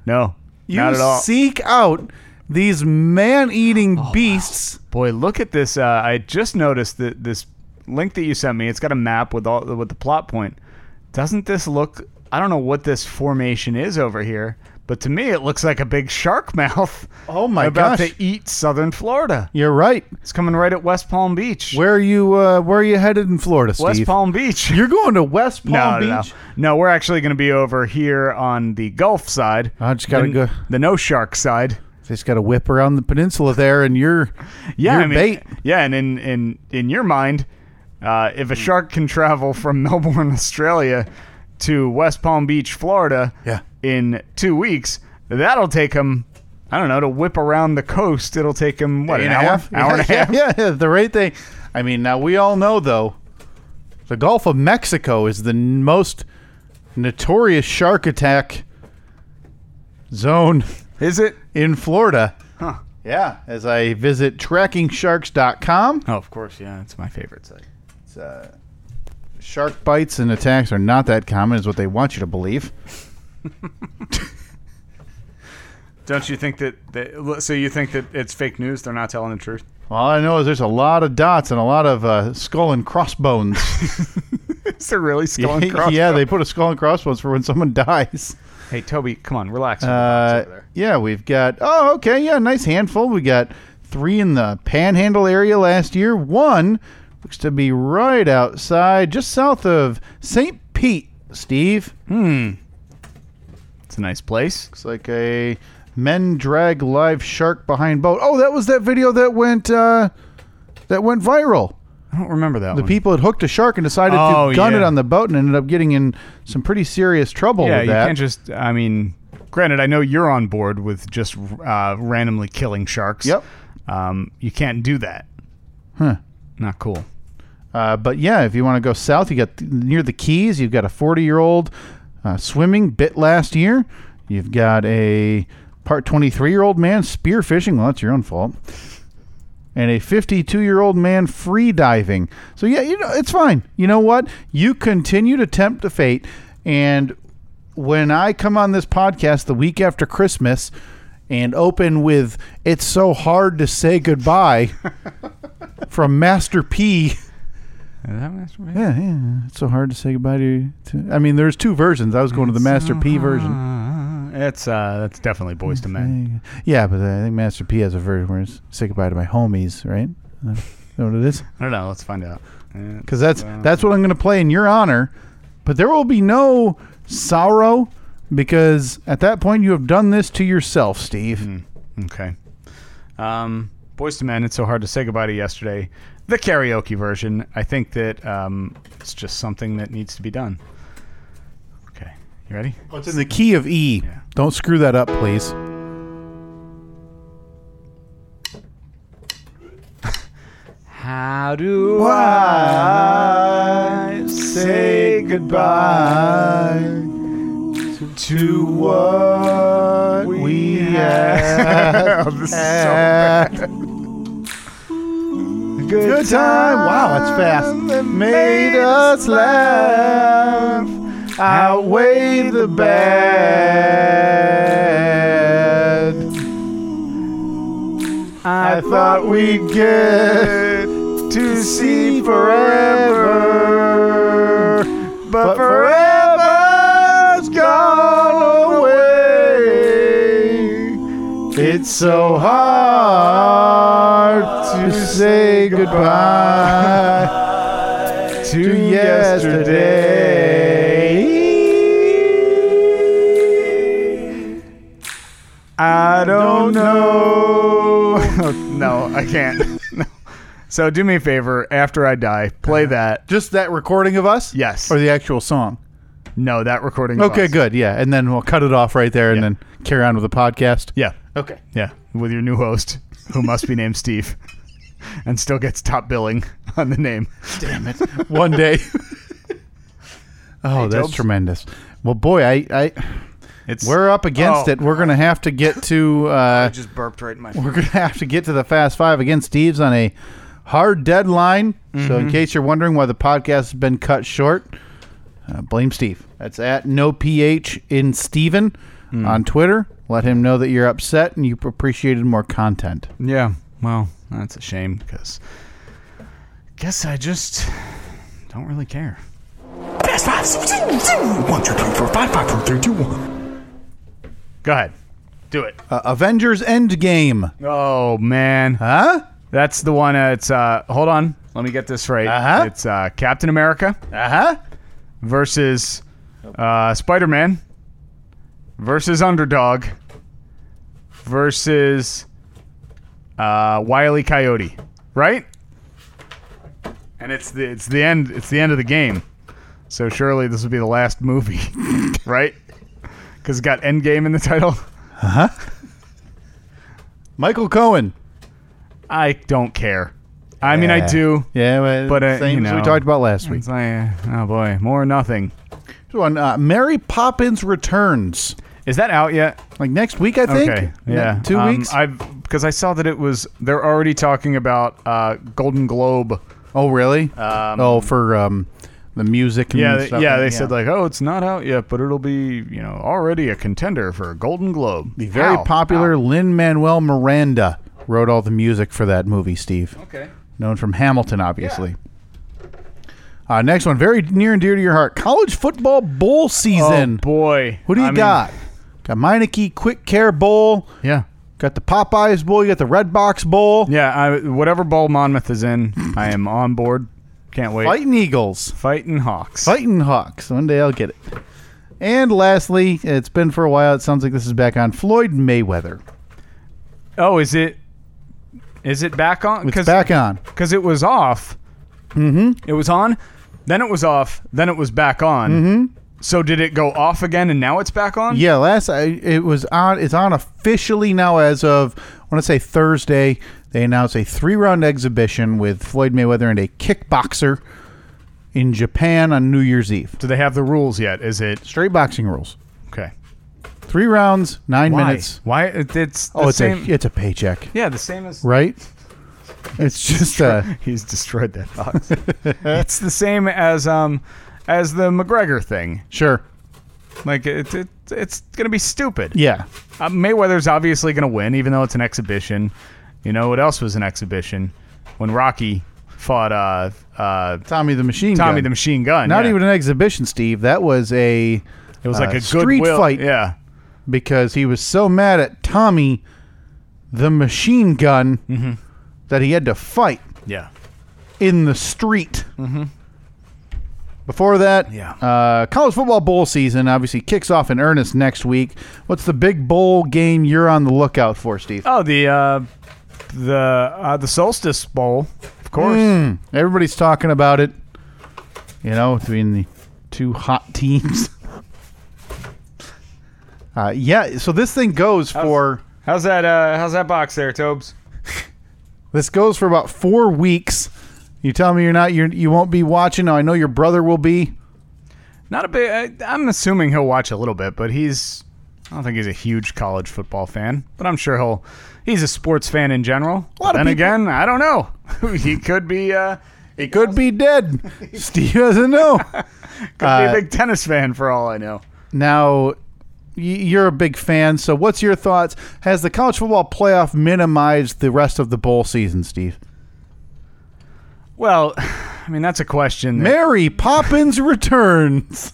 S1: no,
S2: You
S1: not at all. Oh,
S2: seek out these man-eating beasts.
S1: Boy, look at this. Uh, I just noticed that this link that you sent me. It's got a map with all with the plot point. Doesn't this look? I don't know what this formation is over here, but to me it looks like a big shark mouth.
S2: Oh my
S1: about
S2: gosh.
S1: to eat southern Florida.
S2: You're right.
S1: It's coming right at West Palm Beach.
S2: Where are you? Uh, where are you headed in Florida, Steve?
S1: West Palm Beach.
S2: You're going to West
S1: no,
S2: Palm Beach.
S1: no, no, no. We're actually going to be over here on the Gulf side.
S2: I just gotta
S1: the,
S2: go-
S1: The no shark side.
S2: Just got to whip around the peninsula there, and you're
S1: Yeah,
S2: you're
S1: I mean,
S2: bait.
S1: yeah, and in in in your mind, uh, if a shark can travel from Melbourne, Australia, to West Palm Beach, Florida,
S2: Yeah.
S1: in two weeks, that'll take him. I don't know to whip around the coast. It'll take him what
S2: Day
S1: an
S2: and a
S1: hour,
S2: half?
S1: hour and a
S2: Yeah,
S1: half.
S2: Yeah, yeah, the right thing. I mean, now we all know though, the Gulf of Mexico is the n- most notorious shark attack zone
S1: Is it?
S2: in Florida.
S1: Huh.
S2: Yeah, as I visit trackingsharks.com.
S1: Oh, of course. Yeah, it's my favorite site.
S2: It's, uh, shark bites and attacks are not that common, is what they want you to believe.
S1: Don't you think that? that so you think that it's fake news? They're not telling the truth.
S2: All I know is there's a lot of dots and a lot of uh, skull and crossbones.
S1: Is there really skull and crossbones?
S2: yeah, they put a skull and crossbones for when someone dies.
S1: Hey, Toby, come on, relax.
S2: Uh, yeah, we've got. Oh, okay. Yeah, nice handful. We got three in the Panhandle area last year. One looks to be right outside, just south of St. Pete. Steve
S1: it's a nice place.
S2: looks like a men drag live shark behind boat. Oh, that was that video that went uh, that went viral.
S1: I don't remember that
S2: The
S1: one.
S2: people had hooked a shark and decided
S1: Oh,
S2: to gun it
S1: yeah.
S2: on the boat and ended up getting in some pretty serious trouble
S1: yeah,
S2: with
S1: you
S2: that.
S1: can't just. I mean, granted, I know you're on board with just uh, randomly killing sharks.
S2: Yep.
S1: Um, you can't do that.
S2: Huh.
S1: Not cool.
S2: Uh, but yeah, if you want to go south, you got th- near the Keys. You've got a 40 year old uh, swimming bit last year. You've got a part 23 year old man spearfishing. Well, that's your own fault. And a 52 year old man free diving. So yeah, you know it's fine. You know what? You continue to tempt the fate. And when I come on this podcast the week after Christmas and open with "It's so hard to say goodbye" from Master P.
S1: Is that masturbation?
S2: Yeah, yeah. It's so hard to say goodbye to. to I mean, there's two versions. I was going to the Master P version.
S1: Uh, it's uh, that's definitely boys to men.
S2: Yeah, but uh, I think Master P has a version where it's say goodbye to my homies, right? Uh, know what it is?
S1: I don't know. Let's find out. Uh,
S2: Because that's that's what I'm going to play in your honor. But there will be no sorrow because at that point you have done this to yourself, Steve.
S1: Hmm. Uh, Okay. Um, Boys to Men, It's So Hard to Say Goodbye to Yesterday, the karaoke version. I think that um, it's just something that needs to be done. Okay. You ready?
S2: Oh, it's in the key of E.
S1: Yeah.
S2: Don't screw that up, please.
S1: How do I say goodbye to what
S2: we have
S1: Oh, this is so
S2: had?
S1: bad.
S2: Good time. Wow, that's fast. Made us laugh. Outweigh the bad. I thought we'd get to see forever. But forever's gone away. It's so hard to say goodbye to yesterday.
S1: I don't
S2: know.
S1: no, I can't. no. So do me a favor. After I die, play that.
S2: Just that recording of us?
S1: Yes.
S2: Uh-huh. Or the actual song?
S1: No, that recording.
S2: Okay,
S1: was-
S2: good. Yeah. And then we'll cut it off right there and then carry on with the podcast.
S1: Yeah,
S2: Okay.
S1: yeah. With your new host, who must be named Steve, and still gets top billing on the name.
S2: Damn it. One day. oh, that's
S1: Tobes.
S2: tremendous. Well, boy, I, I
S1: It's
S2: we're up against
S1: Oh.
S2: it. We're gonna have to get to uh,
S1: just burped right in my.
S2: we're gonna have to get to the Fast Five against Steve's on a hard deadline. So,
S1: Mm-hmm.
S2: in case you're wondering why the podcast has been cut short, uh, blame Steve. That's at no ph in Steven
S1: Hmm.
S2: on Twitter. Let him know that you're upset and you appreciated more content.
S1: Yeah. Well, that's a shame because guess I just don't really care.
S3: Fast five. Zoom, zoom, zoom. One, two, three, four, five, five, four, three, two, one.
S1: Go ahead, do it.
S2: Uh, Avengers Endgame,
S1: Oh man.
S2: huh?
S1: That's the one. Uh, it's uh, hold on. Let me get this right.
S2: Uh-huh.
S1: It's uh, Captain America
S2: Uh
S1: Uh-huh.
S2: huh.
S1: versus uh, Spider Man versus Underdog versus uh, Wiley Coyote, right? And it's the it's the end it's the end of the game. So surely this will be the last movie, right? Because it's got Endgame in the title.
S2: Michael Cohen.
S1: I don't care. I mean, I
S2: Yeah.
S1: do.
S2: Yeah, well,
S1: But, uh,
S2: same
S1: you
S2: as we
S1: know.
S2: talked about last week.
S1: It's like, oh boy, more nothing.
S2: This one, uh, Mary Poppins returns.
S1: Is that out yet?
S2: Like next week, I think.
S1: Okay.
S2: Ne-
S1: Yeah.
S2: two
S1: Um,
S2: weeks.
S1: I've because I saw that it was they're already talking about uh, Golden Globe.
S2: oh, really? oh, for um, the music. And
S1: Yeah. They,
S2: stuff
S1: yeah. They said like, oh, it's not out yet, but it'll be you know already a contender for a Golden Globe.
S2: the very
S1: Ow.
S2: popular
S1: Ow.
S2: Lin Manuel Miranda wrote all the music for that movie. Steve,
S1: Okay.
S2: known from Hamilton, obviously. Uh, next one, very near and dear to your heart, college football bowl season.
S1: oh boy,
S2: What do you
S1: I mean,
S2: got? got Meineke Quick Care Bowl.
S1: yeah,
S2: Got the Popeyes Bowl. You got the Red Box Bowl.
S1: yeah. I, whatever bowl Monmouth is in, I am on board. Can't wait.
S2: Fighting Eagles.
S1: Fighting Hawks.
S2: Fighting Hawks. One day I'll get it. And lastly, it's been for a while. It sounds like this is back on Floyd Mayweather.
S1: Oh, is it? Is it back on?
S2: It's back on.
S1: because it was off. Mm-hmm. It was on, then it was off, then it was back on. Mm-hmm. So did it go off again and now it's back on?
S2: Yeah, last I, it was on. It's on officially now as of I want to say Thursday. They announced a three-round exhibition with Floyd Mayweather and a kickboxer in Japan on New Year's Eve.
S1: Do they have the rules yet? Is it
S2: Straight boxing rules.
S1: okay?
S2: Three rounds, nine
S1: Why?
S2: minutes.
S1: Why? It, it's the
S2: Oh, it's
S1: same.
S2: a it's a paycheck,
S1: yeah, the same as
S2: right? It's just uh,
S1: he's destroyed that box. it's the same as um as the McGregor thing.
S2: sure.
S1: Like it, it it's gonna be stupid.
S2: Yeah,
S1: Uh, Mayweather's obviously going to win, even though it's an exhibition. You know what else was an exhibition? When Rocky fought uh, uh,
S2: Tommy the Machine.
S1: Tommy
S2: Gun.
S1: the Machine Gun.
S2: Not
S1: yeah.
S2: even an exhibition, Steve. That was a
S1: It was like
S2: uh,
S1: a
S2: street
S1: goodwill-
S2: fight.
S1: Yeah.
S2: because he was so mad at Tommy, the machine gun,
S1: Mm-hmm.
S2: that he had to fight
S1: Yeah.
S2: in the street. Mm-hmm. Before that,
S1: Yeah.
S2: uh, college football bowl season obviously kicks off in earnest next week. What's the big bowl game you're on the lookout for, Steve?
S1: Oh, the uh, the uh, the Solstice Bowl, of course.
S2: Hmm, everybody's talking about it. You know, between the two hot teams. uh, yeah, so this thing goes for.
S1: How's that? Uh, how's that box there, Tobes?
S2: This goes for about four weeks. You tell me you're not you're, you won't be watching. Now I know your brother will be.
S1: Not a big. I, I'm assuming he'll watch a little bit, but he's. I don't think he's a huge college football fan, but I'm sure he'll. He's a sports fan in general. A
S2: lot of
S1: then
S2: people-
S1: again, I don't know. he could be. Uh, he could
S2: Could be dead. Steve doesn't know.
S1: Could
S2: Uh,
S1: be a big tennis fan for all I know.
S2: Now y- you're a big fan. So what's your thoughts? Has the college football playoff minimized the rest of the bowl season, Steve?
S1: Well, I mean that's a question. that-
S2: Mary Poppins returns.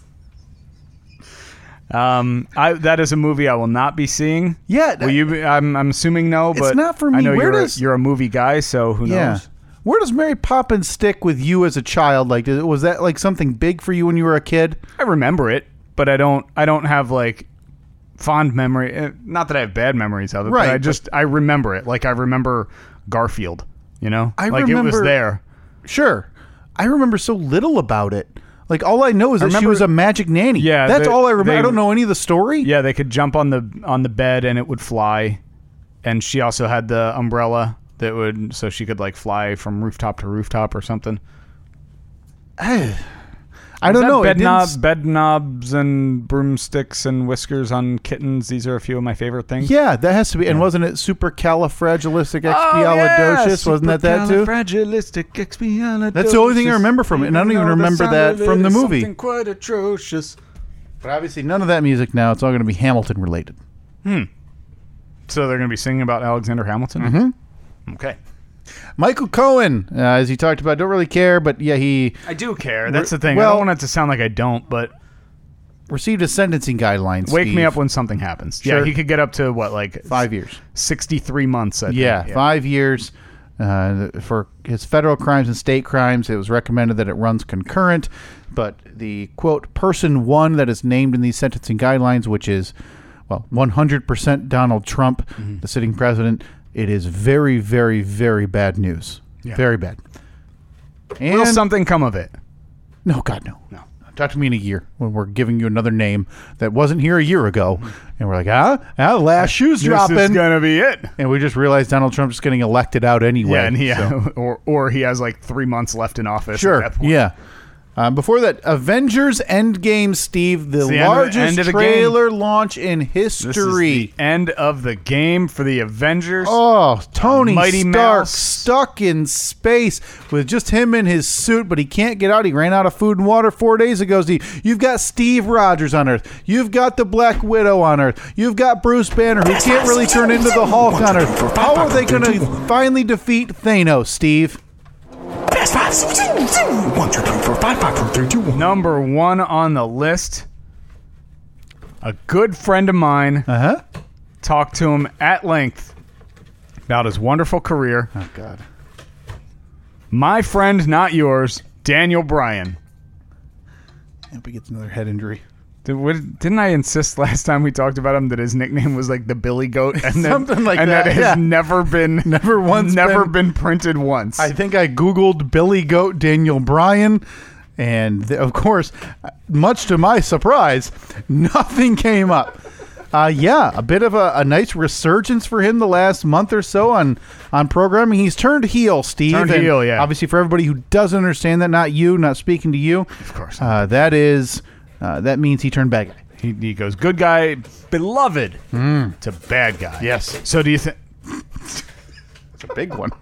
S1: um, I, that is a movie I will not be seeing.
S2: Yeah.
S1: Will you? Be, I'm, I'm assuming no, but
S2: not for
S1: I
S2: me.
S1: know
S2: Where
S1: you're,
S2: does-
S1: a, you're a movie guy, so who
S2: yeah.
S1: knows?
S2: Where does Mary Poppins stick with you as a child? Like, did, was that like something big for you when you were a kid?
S1: I remember it, but I don't. I don't have like fond memory. eh, Not that I have bad memories of it,
S2: Right,
S1: But I
S2: but-
S1: just I remember it. Like I remember Garfield. You know,
S2: I
S1: like it was
S2: remember-
S1: there.
S2: Sure. I remember so little about it. Like all I know is that she
S1: remember-
S2: was a magic nanny.
S1: Yeah,
S2: that's
S1: they-
S2: all I remember.
S1: they-
S2: I don't know any of the story.
S1: Yeah, they could jump on the on the bed and it would fly, and she also had the umbrella that would so she could like fly from rooftop to rooftop or something.
S2: I don't know. It
S1: Bed,
S2: didn't
S1: knob,
S2: s-
S1: bed knobs and broomsticks and whiskers on kittens. These are a few of my favorite things.
S2: Yeah, that has to be. And wasn't it supercalifragilisticexpialidocious?
S1: Oh,
S2: wasn't that that too?
S1: Supercalifragilisticexpialidocious.
S2: That's the only thing I remember from it, and I don't
S1: You
S2: even
S1: know, the
S2: remember
S1: sound
S2: that
S1: of it
S2: from the
S1: is
S2: movie.
S1: something quite atrocious.
S2: But obviously, none of that music now. It's all going to be Hamilton related.
S1: So they're going to be singing about Alexander Hamilton. Mm-hmm. Okay.
S2: Michael Cohen, uh, as he talked about, don't really care, but yeah, he
S1: I do care. That's the
S2: Re-
S1: thing. I
S2: well-
S1: don't want it to sound like I don't, but
S2: received his sentencing guidelines.
S1: wake me
S2: Steve.
S1: up when something happens.
S2: Sure.
S1: Yeah, he could get up to what, like
S2: five years.
S1: 63 months. I think.
S2: Yeah, five years uh, for his federal crimes and state crimes. It was recommended that it runs concurrent, but the quote person one that is named in these sentencing guidelines, which is well, 100% Donald Trump,
S1: Mm-hmm.
S2: the sitting president. It is very, very, very bad news.
S1: Yeah.
S2: Very bad. And
S1: Will something come of it?
S2: no, God, no.
S1: No.
S2: Talk to me in a year when we're giving you another name that wasn't here a year ago, and we're like, ah, ah, last shoe's dropping,
S1: Mm-hmm. This is going to be it.
S2: and we just realized Donald Trump's getting elected out anyway.
S1: Yeah, and he,
S2: so.
S1: or or he has like three months left in office.
S2: Sure.
S1: At that point.
S2: Yeah. Um, before that, Avengers Endgame, Steve, the,
S1: the end of the-
S2: largest
S1: end of the
S2: trailer launch in
S1: This is the
S2: history.
S1: end of the game for the Avengers.
S2: Oh, Tony
S1: Mighty
S2: Stark
S1: Mouse.
S2: stuck in space with just him in his suit, but he can't get out. He ran out of food and water four days ago. Steve, you've got Steve Rogers on Earth. You've got the Black Widow on Earth. You've got Bruce Banner, who can't really turn into the Hulk on Earth. How are they going to finally defeat Thanos, Steve?
S3: Fast five, five, zoo, zoo, zoo. One, two, three, four, five, five, four, three, two, one.
S1: Number one on the list. A good friend of mine
S2: Uh huh.
S1: talked to him at length about his wonderful career.
S2: Oh God.
S1: My friend, not yours, Daniel Bryan.
S2: I hope he gets another head injury.
S1: Did, what, didn't I insist last time we talked about him that his nickname was like the Billy Goat, and that-
S2: Something like
S1: and
S2: that,
S1: that has
S2: yeah.
S1: never been,
S2: Never once
S1: never
S2: been-
S1: been, printed once.
S2: I think I Googled Billy Goat Daniel Bryan, and th- of course, much to my surprise, nothing came up. Uh, yeah, a bit of a, a nice resurgence for him the last month or so on on programming. He's turned heel, Steve.
S1: Turned
S2: and
S1: heel, yeah.
S2: Obviously, for everybody who doesn't understand that, not you, not speaking to you, of
S1: course.
S2: uh, that is uh, that means he turned bad guy.
S1: he, he goes good guy, beloved, to bad guy.
S2: Hmm. Yes.
S1: So do you think?
S2: It's a big one.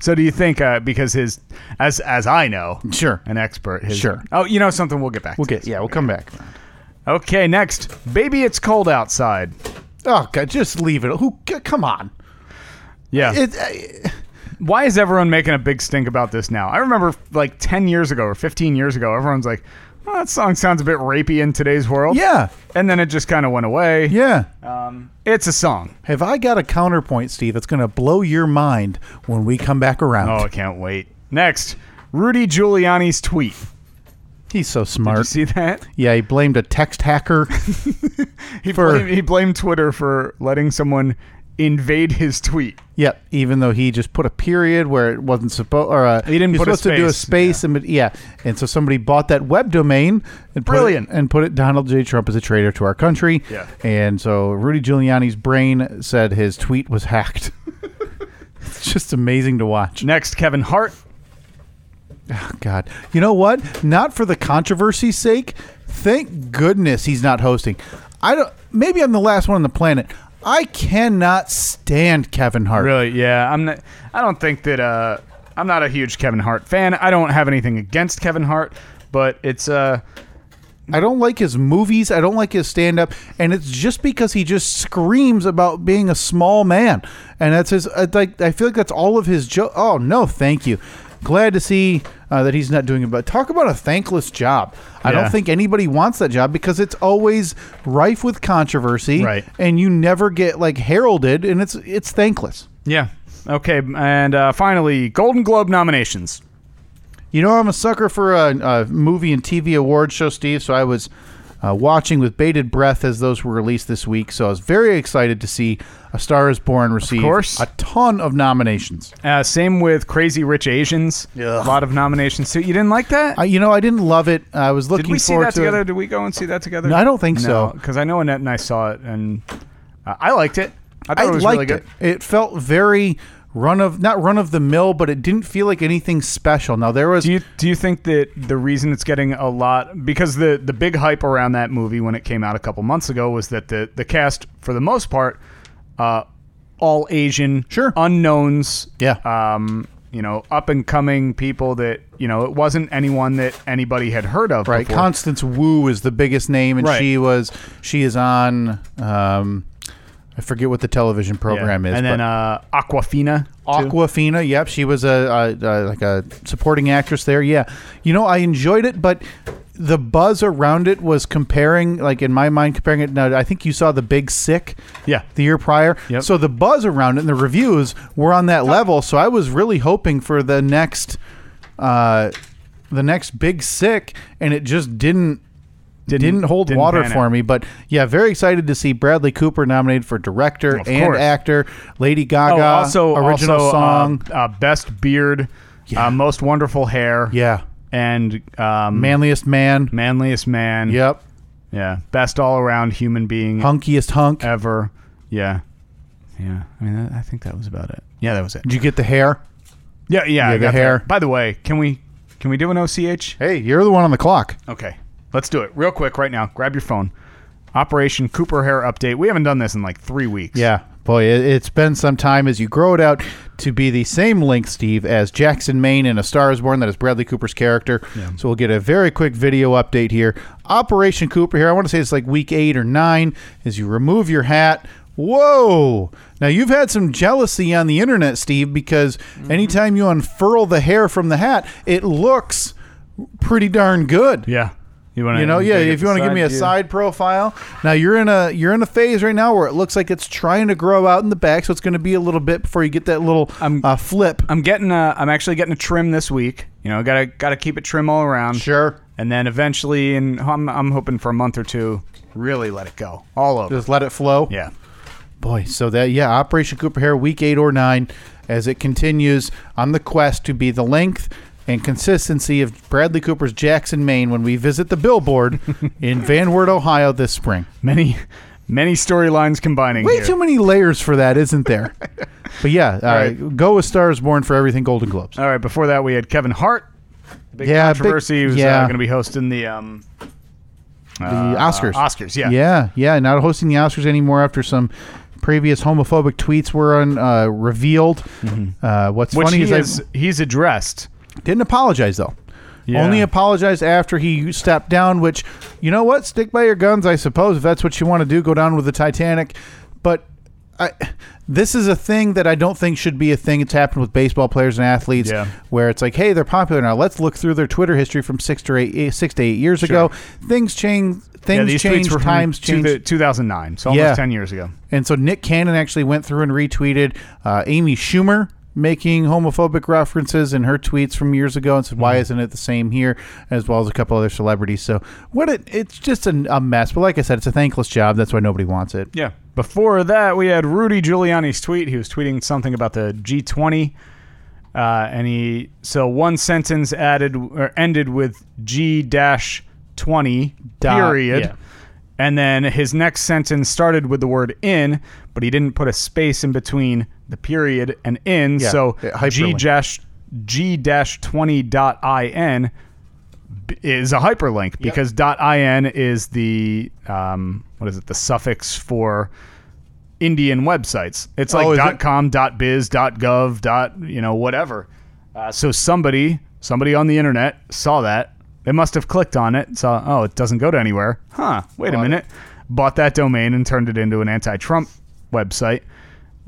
S1: So do you think? Uh, because his, as as I know,
S2: Sure,
S1: an expert. His,
S2: Sure.
S1: Oh, you know something? We'll get back.
S2: we'll
S1: to
S2: get yeah, we'll come back.
S1: Okay, next, baby, it's cold outside.
S2: Oh God, just leave it. Who? c- Come on.
S1: Yeah.
S2: It, uh, I-
S1: Why is everyone making a big stink about this now? I remember like 10 years ago or 15 years ago, everyone's like, oh, that song sounds a bit rapey in today's world.
S2: yeah,
S1: And then it just kind of went away.
S2: yeah.
S1: It's a song.
S2: Have I got a counterpoint, Steve, that's going to blow your mind when we come back around?
S1: Oh, I can't wait. Next, Rudy Giuliani's tweet.
S2: He's so
S1: Did you
S2: smart.
S1: see that?
S2: Yeah, he blamed a text hacker.
S1: He,
S2: For-
S1: blamed, he blamed Twitter for letting someone invade his tweet.
S2: yep, even though he just put a period where it wasn't supposed, or uh,
S1: He didn't
S2: you're
S1: put a
S2: supposed to do a
S1: space,
S2: space, and but- yeah, and so somebody bought that web domain and put it-
S1: Brilliant.
S2: and put it Donald J. Trump is a traitor to our country.
S1: Yeah.
S2: and so Rudy Giuliani's brain said his tweet was hacked. it's just amazing to watch.
S1: Next, Kevin Hart.
S2: Oh, God. You know what? Not for the controversy's sake. Thank goodness he's not hosting. I don't maybe I'm the last one on the planet. I cannot stand Kevin Hart.
S1: Really? Yeah. I'm not, I don't think that uh, I'm not a huge Kevin Hart fan. I don't have anything against Kevin Hart, but it's uh,
S2: I don't like his movies. I don't like his stand up and it's just because he just screams about being a small man. And that's his uh, like I feel like that's all of his joke. Oh, no, thank you. Glad to see uh, that he's not doing it, but talk about a thankless job. I
S1: Yeah.
S2: don't think anybody wants that job because it's always rife with controversy.
S1: Right.
S2: and you never get like heralded and it's it's thankless
S1: Yeah. Okay. And uh, finally, Golden Globe nominations.
S2: you know i'm a sucker for a, a movie and tv award show steve so i was uh, watching with bated breath as those were released this week so i was very excited to see a star is born receive
S1: course.
S2: a ton of nominations
S1: Uh, same with Crazy Rich Asians. A lot of nominations too. You didn't like that?
S2: I, you know i didn't love it i was looking
S1: Did we see
S2: forward
S1: that
S2: to
S1: together?
S2: it
S1: Did we go and see that together?
S2: No, I don't think so.
S1: Because I know Annette and I saw it, and uh, I liked it. I thought
S2: I
S1: it was
S2: liked
S1: really good.
S2: it. It felt very run of not run of the mill, but it didn't feel like anything special. Now there was
S1: Do you do you think that the reason it's getting a lot because the the big hype around that movie when it came out a couple months ago was that the the cast for the most part, uh, all Asian,
S2: Sure.
S1: unknowns,
S2: yeah
S1: um, you know, up and coming people that you know it wasn't anyone that anybody had heard of.
S2: Right,
S1: before.
S2: Constance Wu is the biggest name, and
S1: Right.
S2: she was she is on. Um, I forget what the television
S1: Yeah.
S2: program is,
S1: and then
S2: but
S1: uh, Aquafina, too.
S2: Aquafina. Yep, she was a, a, a like a supporting actress there. Yeah, you know, I enjoyed it, but the buzz around it was comparing, like in my mind, comparing it. Now, I think you saw the Big Sick.
S1: Yeah.
S2: The year prior.
S1: Yep.
S2: So the buzz around it and the reviews were on that level. So I was really hoping for the next, uh, the next big sick, and it just didn't
S1: Didn't-
S2: didn't, hold
S1: didn't
S2: water
S1: pan
S2: for
S1: out.
S2: me. But yeah, very excited to see Bradley Cooper nominated for director
S1: Of
S2: and
S1: course.
S2: actor. Lady
S1: Oh,
S2: Gaga
S1: also
S2: original
S1: also, uh,
S2: song.
S1: uh, best beard,
S2: Yeah.
S1: uh, most wonderful hair,
S2: yeah,
S1: and um,
S2: manliest man.
S1: manliest man,
S2: Yep,
S1: yeah, best all around human being
S2: hunkiest hunk.
S1: ever, yeah, yeah. I mean, that, I think that was about it. Yeah, that was it.
S2: Did you get the hair?
S1: Yeah, yeah. I got
S2: the
S1: that.
S2: hair.
S1: By the way, can we can we do an OCH?
S2: Hey, you're the one on the clock.
S1: Okay, let's do it real quick right now. Grab your phone. Operation Cooper Hair update. We haven't done this in like three weeks.
S2: Yeah, boy, it, it's been some time as you grow it out to be the same length, Steve, as Jackson Maine in A Star Is Born. That is Bradley Cooper's character. So we'll get a very quick video update here. Operation Cooper here. I want to say it's like week eight or nine. As you remove your hat, Whoa! Now you've had some jealousy on the internet, Steve, because anytime you unfurl the hair from the hat, it looks pretty darn good.
S1: Yeah. You want
S2: You know, yeah. If you want to give me a side profile, now you're in a you're in a phase right now where it looks like it's trying to grow out in the back, so it's going to be a little bit before you get that little
S1: I'm-
S2: uh, flip.
S1: I'm getting a. I'm actually getting a trim this week. You know, gotta gotta keep it trim all around.
S2: sure,
S1: And then eventually, and I'm I'm hoping for a month or two, really let it go all over.
S2: just let it flow.
S1: yeah.
S2: Boy, so that yeah, Operation Cooper Hare, week eight or nine, as it continues on the quest to be the length and consistency of Bradley Cooper's Jackson, Maine, when we visit the billboard in Van Wert, Ohio this spring.
S1: Many many storylines combining
S2: Way
S1: here.
S2: too many layers for that, isn't there? but yeah, uh,
S1: right.
S2: go with Stars Born for everything Golden Globes.
S1: all right. Before that, we had Kevin Hart. The big
S2: Yeah, big-
S1: controversy. he was
S2: yeah.
S1: going to be hosting the um
S2: The Oscars.
S1: Oscars. Uh, Yeah.
S2: Yeah, yeah, not hosting the Oscars anymore after some previous homophobic tweets were on, uh, revealed. Uh, what's
S1: Mm-hmm. Which
S2: funny
S1: he
S2: is, I-
S1: is he's addressed.
S2: Didn't apologize though.
S1: Yeah.
S2: Only apologized after he stepped down, which you know what? Stick by your guns, I suppose. If that's what you want to do, go down with the Titanic. But I, this is a thing that I don't think should be a thing. It's happened with baseball players and athletes,
S1: Yeah.
S2: where it's like, hey, they're popular now. Let's look through their Twitter history from six to eight, eh, six to eight years ago. Things change.
S1: Yeah,
S2: Things
S1: these
S2: change.
S1: tweets were from
S2: Times
S1: two-
S2: change.
S1: 2009, so almost
S2: Yeah.
S1: 10 years ago.
S2: And so Nick Cannon actually went through and retweeted uh, Amy Schumer making homophobic references in her tweets from years ago and said,
S1: Mm-hmm.
S2: why isn't it the same here? As well as a couple other celebrities. So what it, it's just an, a mess. But like I said, it's a thankless job. That's why nobody wants it.
S1: Yeah. Before that, we had Rudy Giuliani's tweet. He was tweeting something about the G20. Uh, and he so one sentence added or ended with G dash twenty
S2: Dot,
S1: period,
S2: yeah.
S1: and then his next sentence started with the word in, but he didn't put a space in between the period and in.
S2: Yeah,
S1: so
S2: uh, hyperlink.
S1: G dash G dash twenty dot I N b- is a hyperlink because dot .in is the um, what is it the suffix for Indian websites. It's like
S2: Oh, is
S1: dot
S2: it?
S1: .com, dot .biz, dot .gov, dot you know whatever. Uh, so somebody somebody on the internet saw that. They must have clicked on it. Saw oh it doesn't go to anywhere. Huh. Wait a minute. Bought that domain and turned it into an anti-Trump website.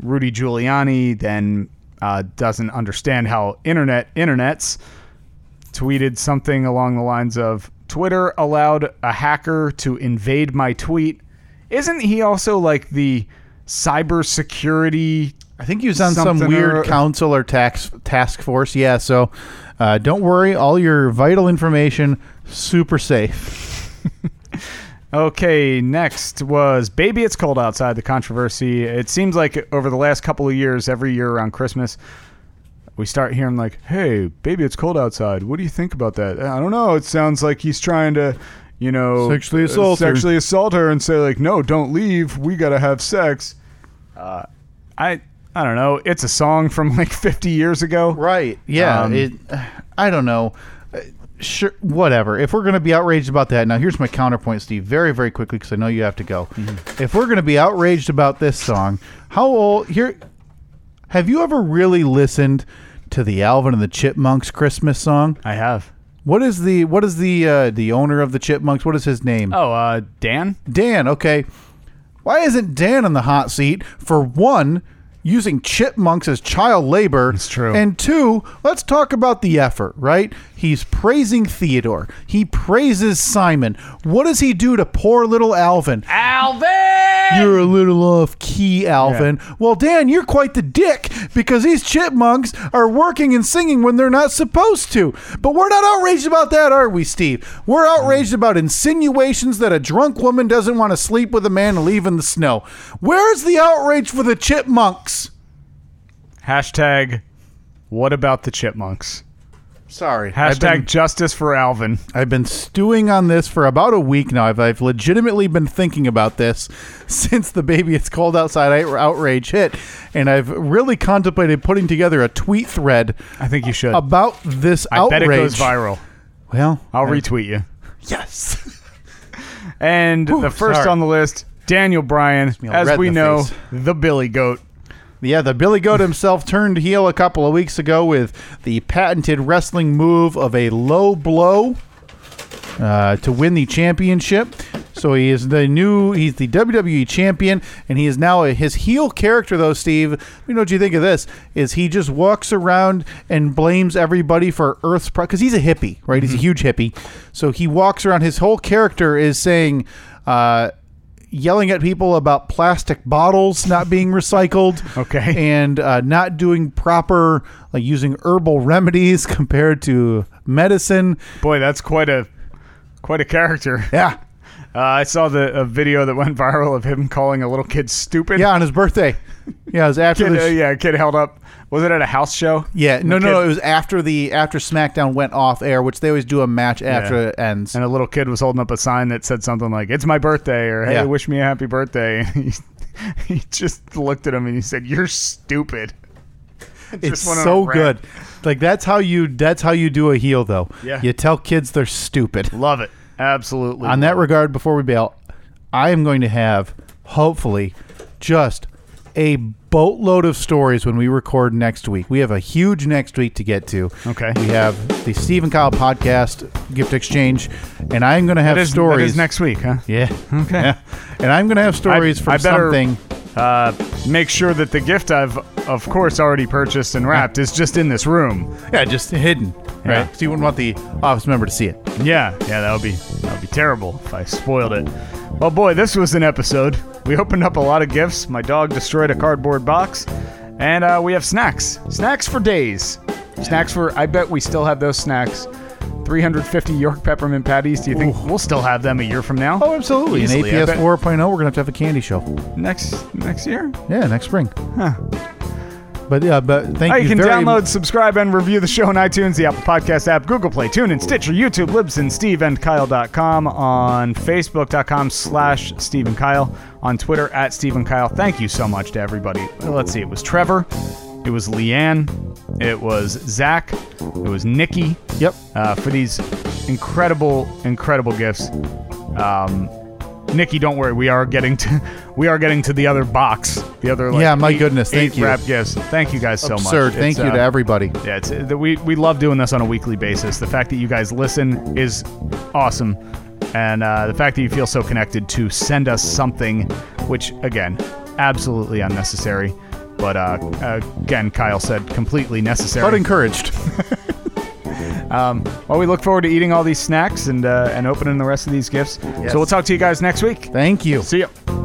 S1: Rudy Giuliani then uh, doesn't understand how internet internets tweeted something along the lines of Twitter allowed a hacker to invade my tweet. Isn't he also like the cybersecurity?
S2: I think he was on some
S1: Something
S2: weird
S1: or-
S2: council or tax task force. Yeah. So uh, don't worry. All your vital information, super safe.
S1: Okay, next was Baby It's Cold Outside, the controversy. It seems like over the last couple of years, every year around Christmas, we start hearing like, "Hey, baby, it's cold outside. What do you think about that?" I don't know. It sounds like he's trying to, you know,
S2: Sexually
S1: uh,
S2: assault her.
S1: sexually assault her, and say like, "No, don't leave. We gotta have sex." Uh, I I don't know. It's a song from like 50 years ago.
S2: Right. Yeah.
S1: Um,
S2: it. I don't know. Uh, Sure. Whatever. If we're going to be outraged about that, now here's my counterpoint, Steve. Very, very quickly, because I know you have to go. If we're going to be outraged about this song, how old? Here. Have you ever really listened to the Alvin and the Chipmunks Christmas song?
S1: I have.
S2: What is the What is the uh, the owner of the Chipmunks? What is his name?
S1: Oh, uh, Dan.
S2: Dan, okay. Why isn't Dan on the hot seat for one, using chipmunks as child labor?
S1: It's true.
S2: And two, let's talk about the effort, right? He's praising Theodore. He praises Simon. What does he do to poor little Alvin?
S1: Alvin.
S2: You're a little off key, Alvin. Well, Dan, you're quite the dick because these chipmunks are working and singing when they're not supposed to. But we're not outraged about that, are we, Steve? We're outraged about insinuations that a drunk woman doesn't want to sleep with a man and leave in the snow. Where's the outrage for the chipmunks?
S1: Hashtag. What about the chipmunks?
S2: Sorry.
S1: Hashtag justice for Alvin.
S2: I've been stewing on this for about a week now. I've, I've legitimately been thinking about this since the baby it's cold outside out- outrage hit, and I've really contemplated putting together a tweet thread
S1: I think you should.
S2: about this
S1: I
S2: outrage.
S1: bet it goes viral. Oh.
S2: Well,
S1: I'll retweet you.
S2: yes,
S1: And the first
S2: sorry.
S1: on the list, Daniel Bryan,
S2: me all red
S1: as
S2: in
S1: we
S2: the
S1: know,
S2: face.
S1: the Billy Goat.
S2: yeah. The Billy Goat himself turned heel a couple of weeks ago with the patented wrestling move of a low blow uh, to win the championship. So he is the new, he's the WWE champion, and he is now a, his heel character, though, Steve. You know what you think of this? Is he just walks around and blames everybody for Earth's problem? Because he's a hippie, right? He's a huge hippie. So he walks around, his whole character is saying, uh, yelling at people about plastic bottles not being recycled.
S1: Okay.
S2: And uh, not doing proper, like using herbal remedies compared to medicine.
S1: Boy, that's quite a quite a character.
S2: Yeah.
S1: Uh, I saw the a video that went viral of him calling a little kid stupid.
S2: Yeah, on his birthday. Yeah, it was after
S1: Kid,
S2: the
S1: uh, yeah, kid held up. Was it at a house show?
S2: Yeah, no,
S1: The
S2: no,
S1: kid-
S2: it was after the after SmackDown went off air, which they always do a match after
S1: Yeah.
S2: it ends.
S1: And a little kid was holding up a sign that said something like, "It's my birthday," or "Hey,
S2: Yeah.
S1: wish me a happy birthday." And he, he just looked at him and he said, "You're stupid."
S2: It's
S1: Just went on
S2: so
S1: a rant.
S2: good. Like that's how you that's how you do a heel though.
S1: Yeah.
S2: you tell kids they're stupid.
S1: Love it. Absolutely.
S2: On that
S1: love
S2: regard, before we bail, I am going to have hopefully just a boatload of stories when we record next week. We have a huge next week to get to.
S1: Okay.
S2: we have the Steve and Kyle podcast gift exchange, and I'm going to have
S1: it. That is,
S2: stories
S1: that is next week, huh?
S2: Yeah. Okay. And I'm gonna have stories for
S1: I better-
S2: something.
S1: Uh, make sure that the gift I've, of course, already purchased and wrapped is just in this room.
S2: Yeah, just hidden.
S1: Yeah.
S2: Right. So you wouldn't want the office member to see it.
S1: Yeah, yeah, that would be that would be terrible if I spoiled it. Well, boy, this was an episode. We opened up a lot of gifts. My dog destroyed a cardboard box, and uh, we have snacks. Snacks for days. Snacks for. I bet we still have those snacks. 350 York peppermint patties. Do you think we'll still have them a year from now?
S2: Oh, absolutely. In
S1: Easily, I
S2: APS
S1: bet.
S2: 4.0, oh, we're gonna have to have a candy show.
S1: next next year.
S2: Yeah, next spring.
S1: Huh.
S2: But yeah, but thank
S1: Uh,
S2: you.
S1: you can
S2: very
S1: download, subscribe, and review the show on iTunes, the Apple Podcast app, Google Play, TuneIn, Stitcher, YouTube, Libsyn, Steve and Kyle.com, on Facebook.com slash Steve and Kyle, on Twitter at Steve and Kyle. Thank you so much to everybody. Well, Let's see, it was Trevor, it was Leanne, it was Zach, it was Nikki
S2: Yep.
S1: uh, for these incredible, incredible gifts. Um, Nikki, don't worry. We are getting to we are getting to the other box, the other like
S2: Yeah, my
S1: eight-
S2: goodness, thank
S1: eight
S2: you.
S1: wrap gifts. Thank you guys so much.
S2: Absurd. Thank
S1: It's,
S2: you
S1: uh,
S2: to everybody.
S1: yeah, it's, uh, we we love doing this on a weekly basis. The fact that you guys listen is awesome, and uh, the fact that you feel so connected to send us something, which again, absolutely unnecessary, but uh, again, Kyle said completely necessary.
S2: But encouraged.
S1: Well, we look forward to eating all these snacks and uh, and opening the rest of these gifts. So we'll talk to you guys next week.
S2: Thank you.
S1: See ya.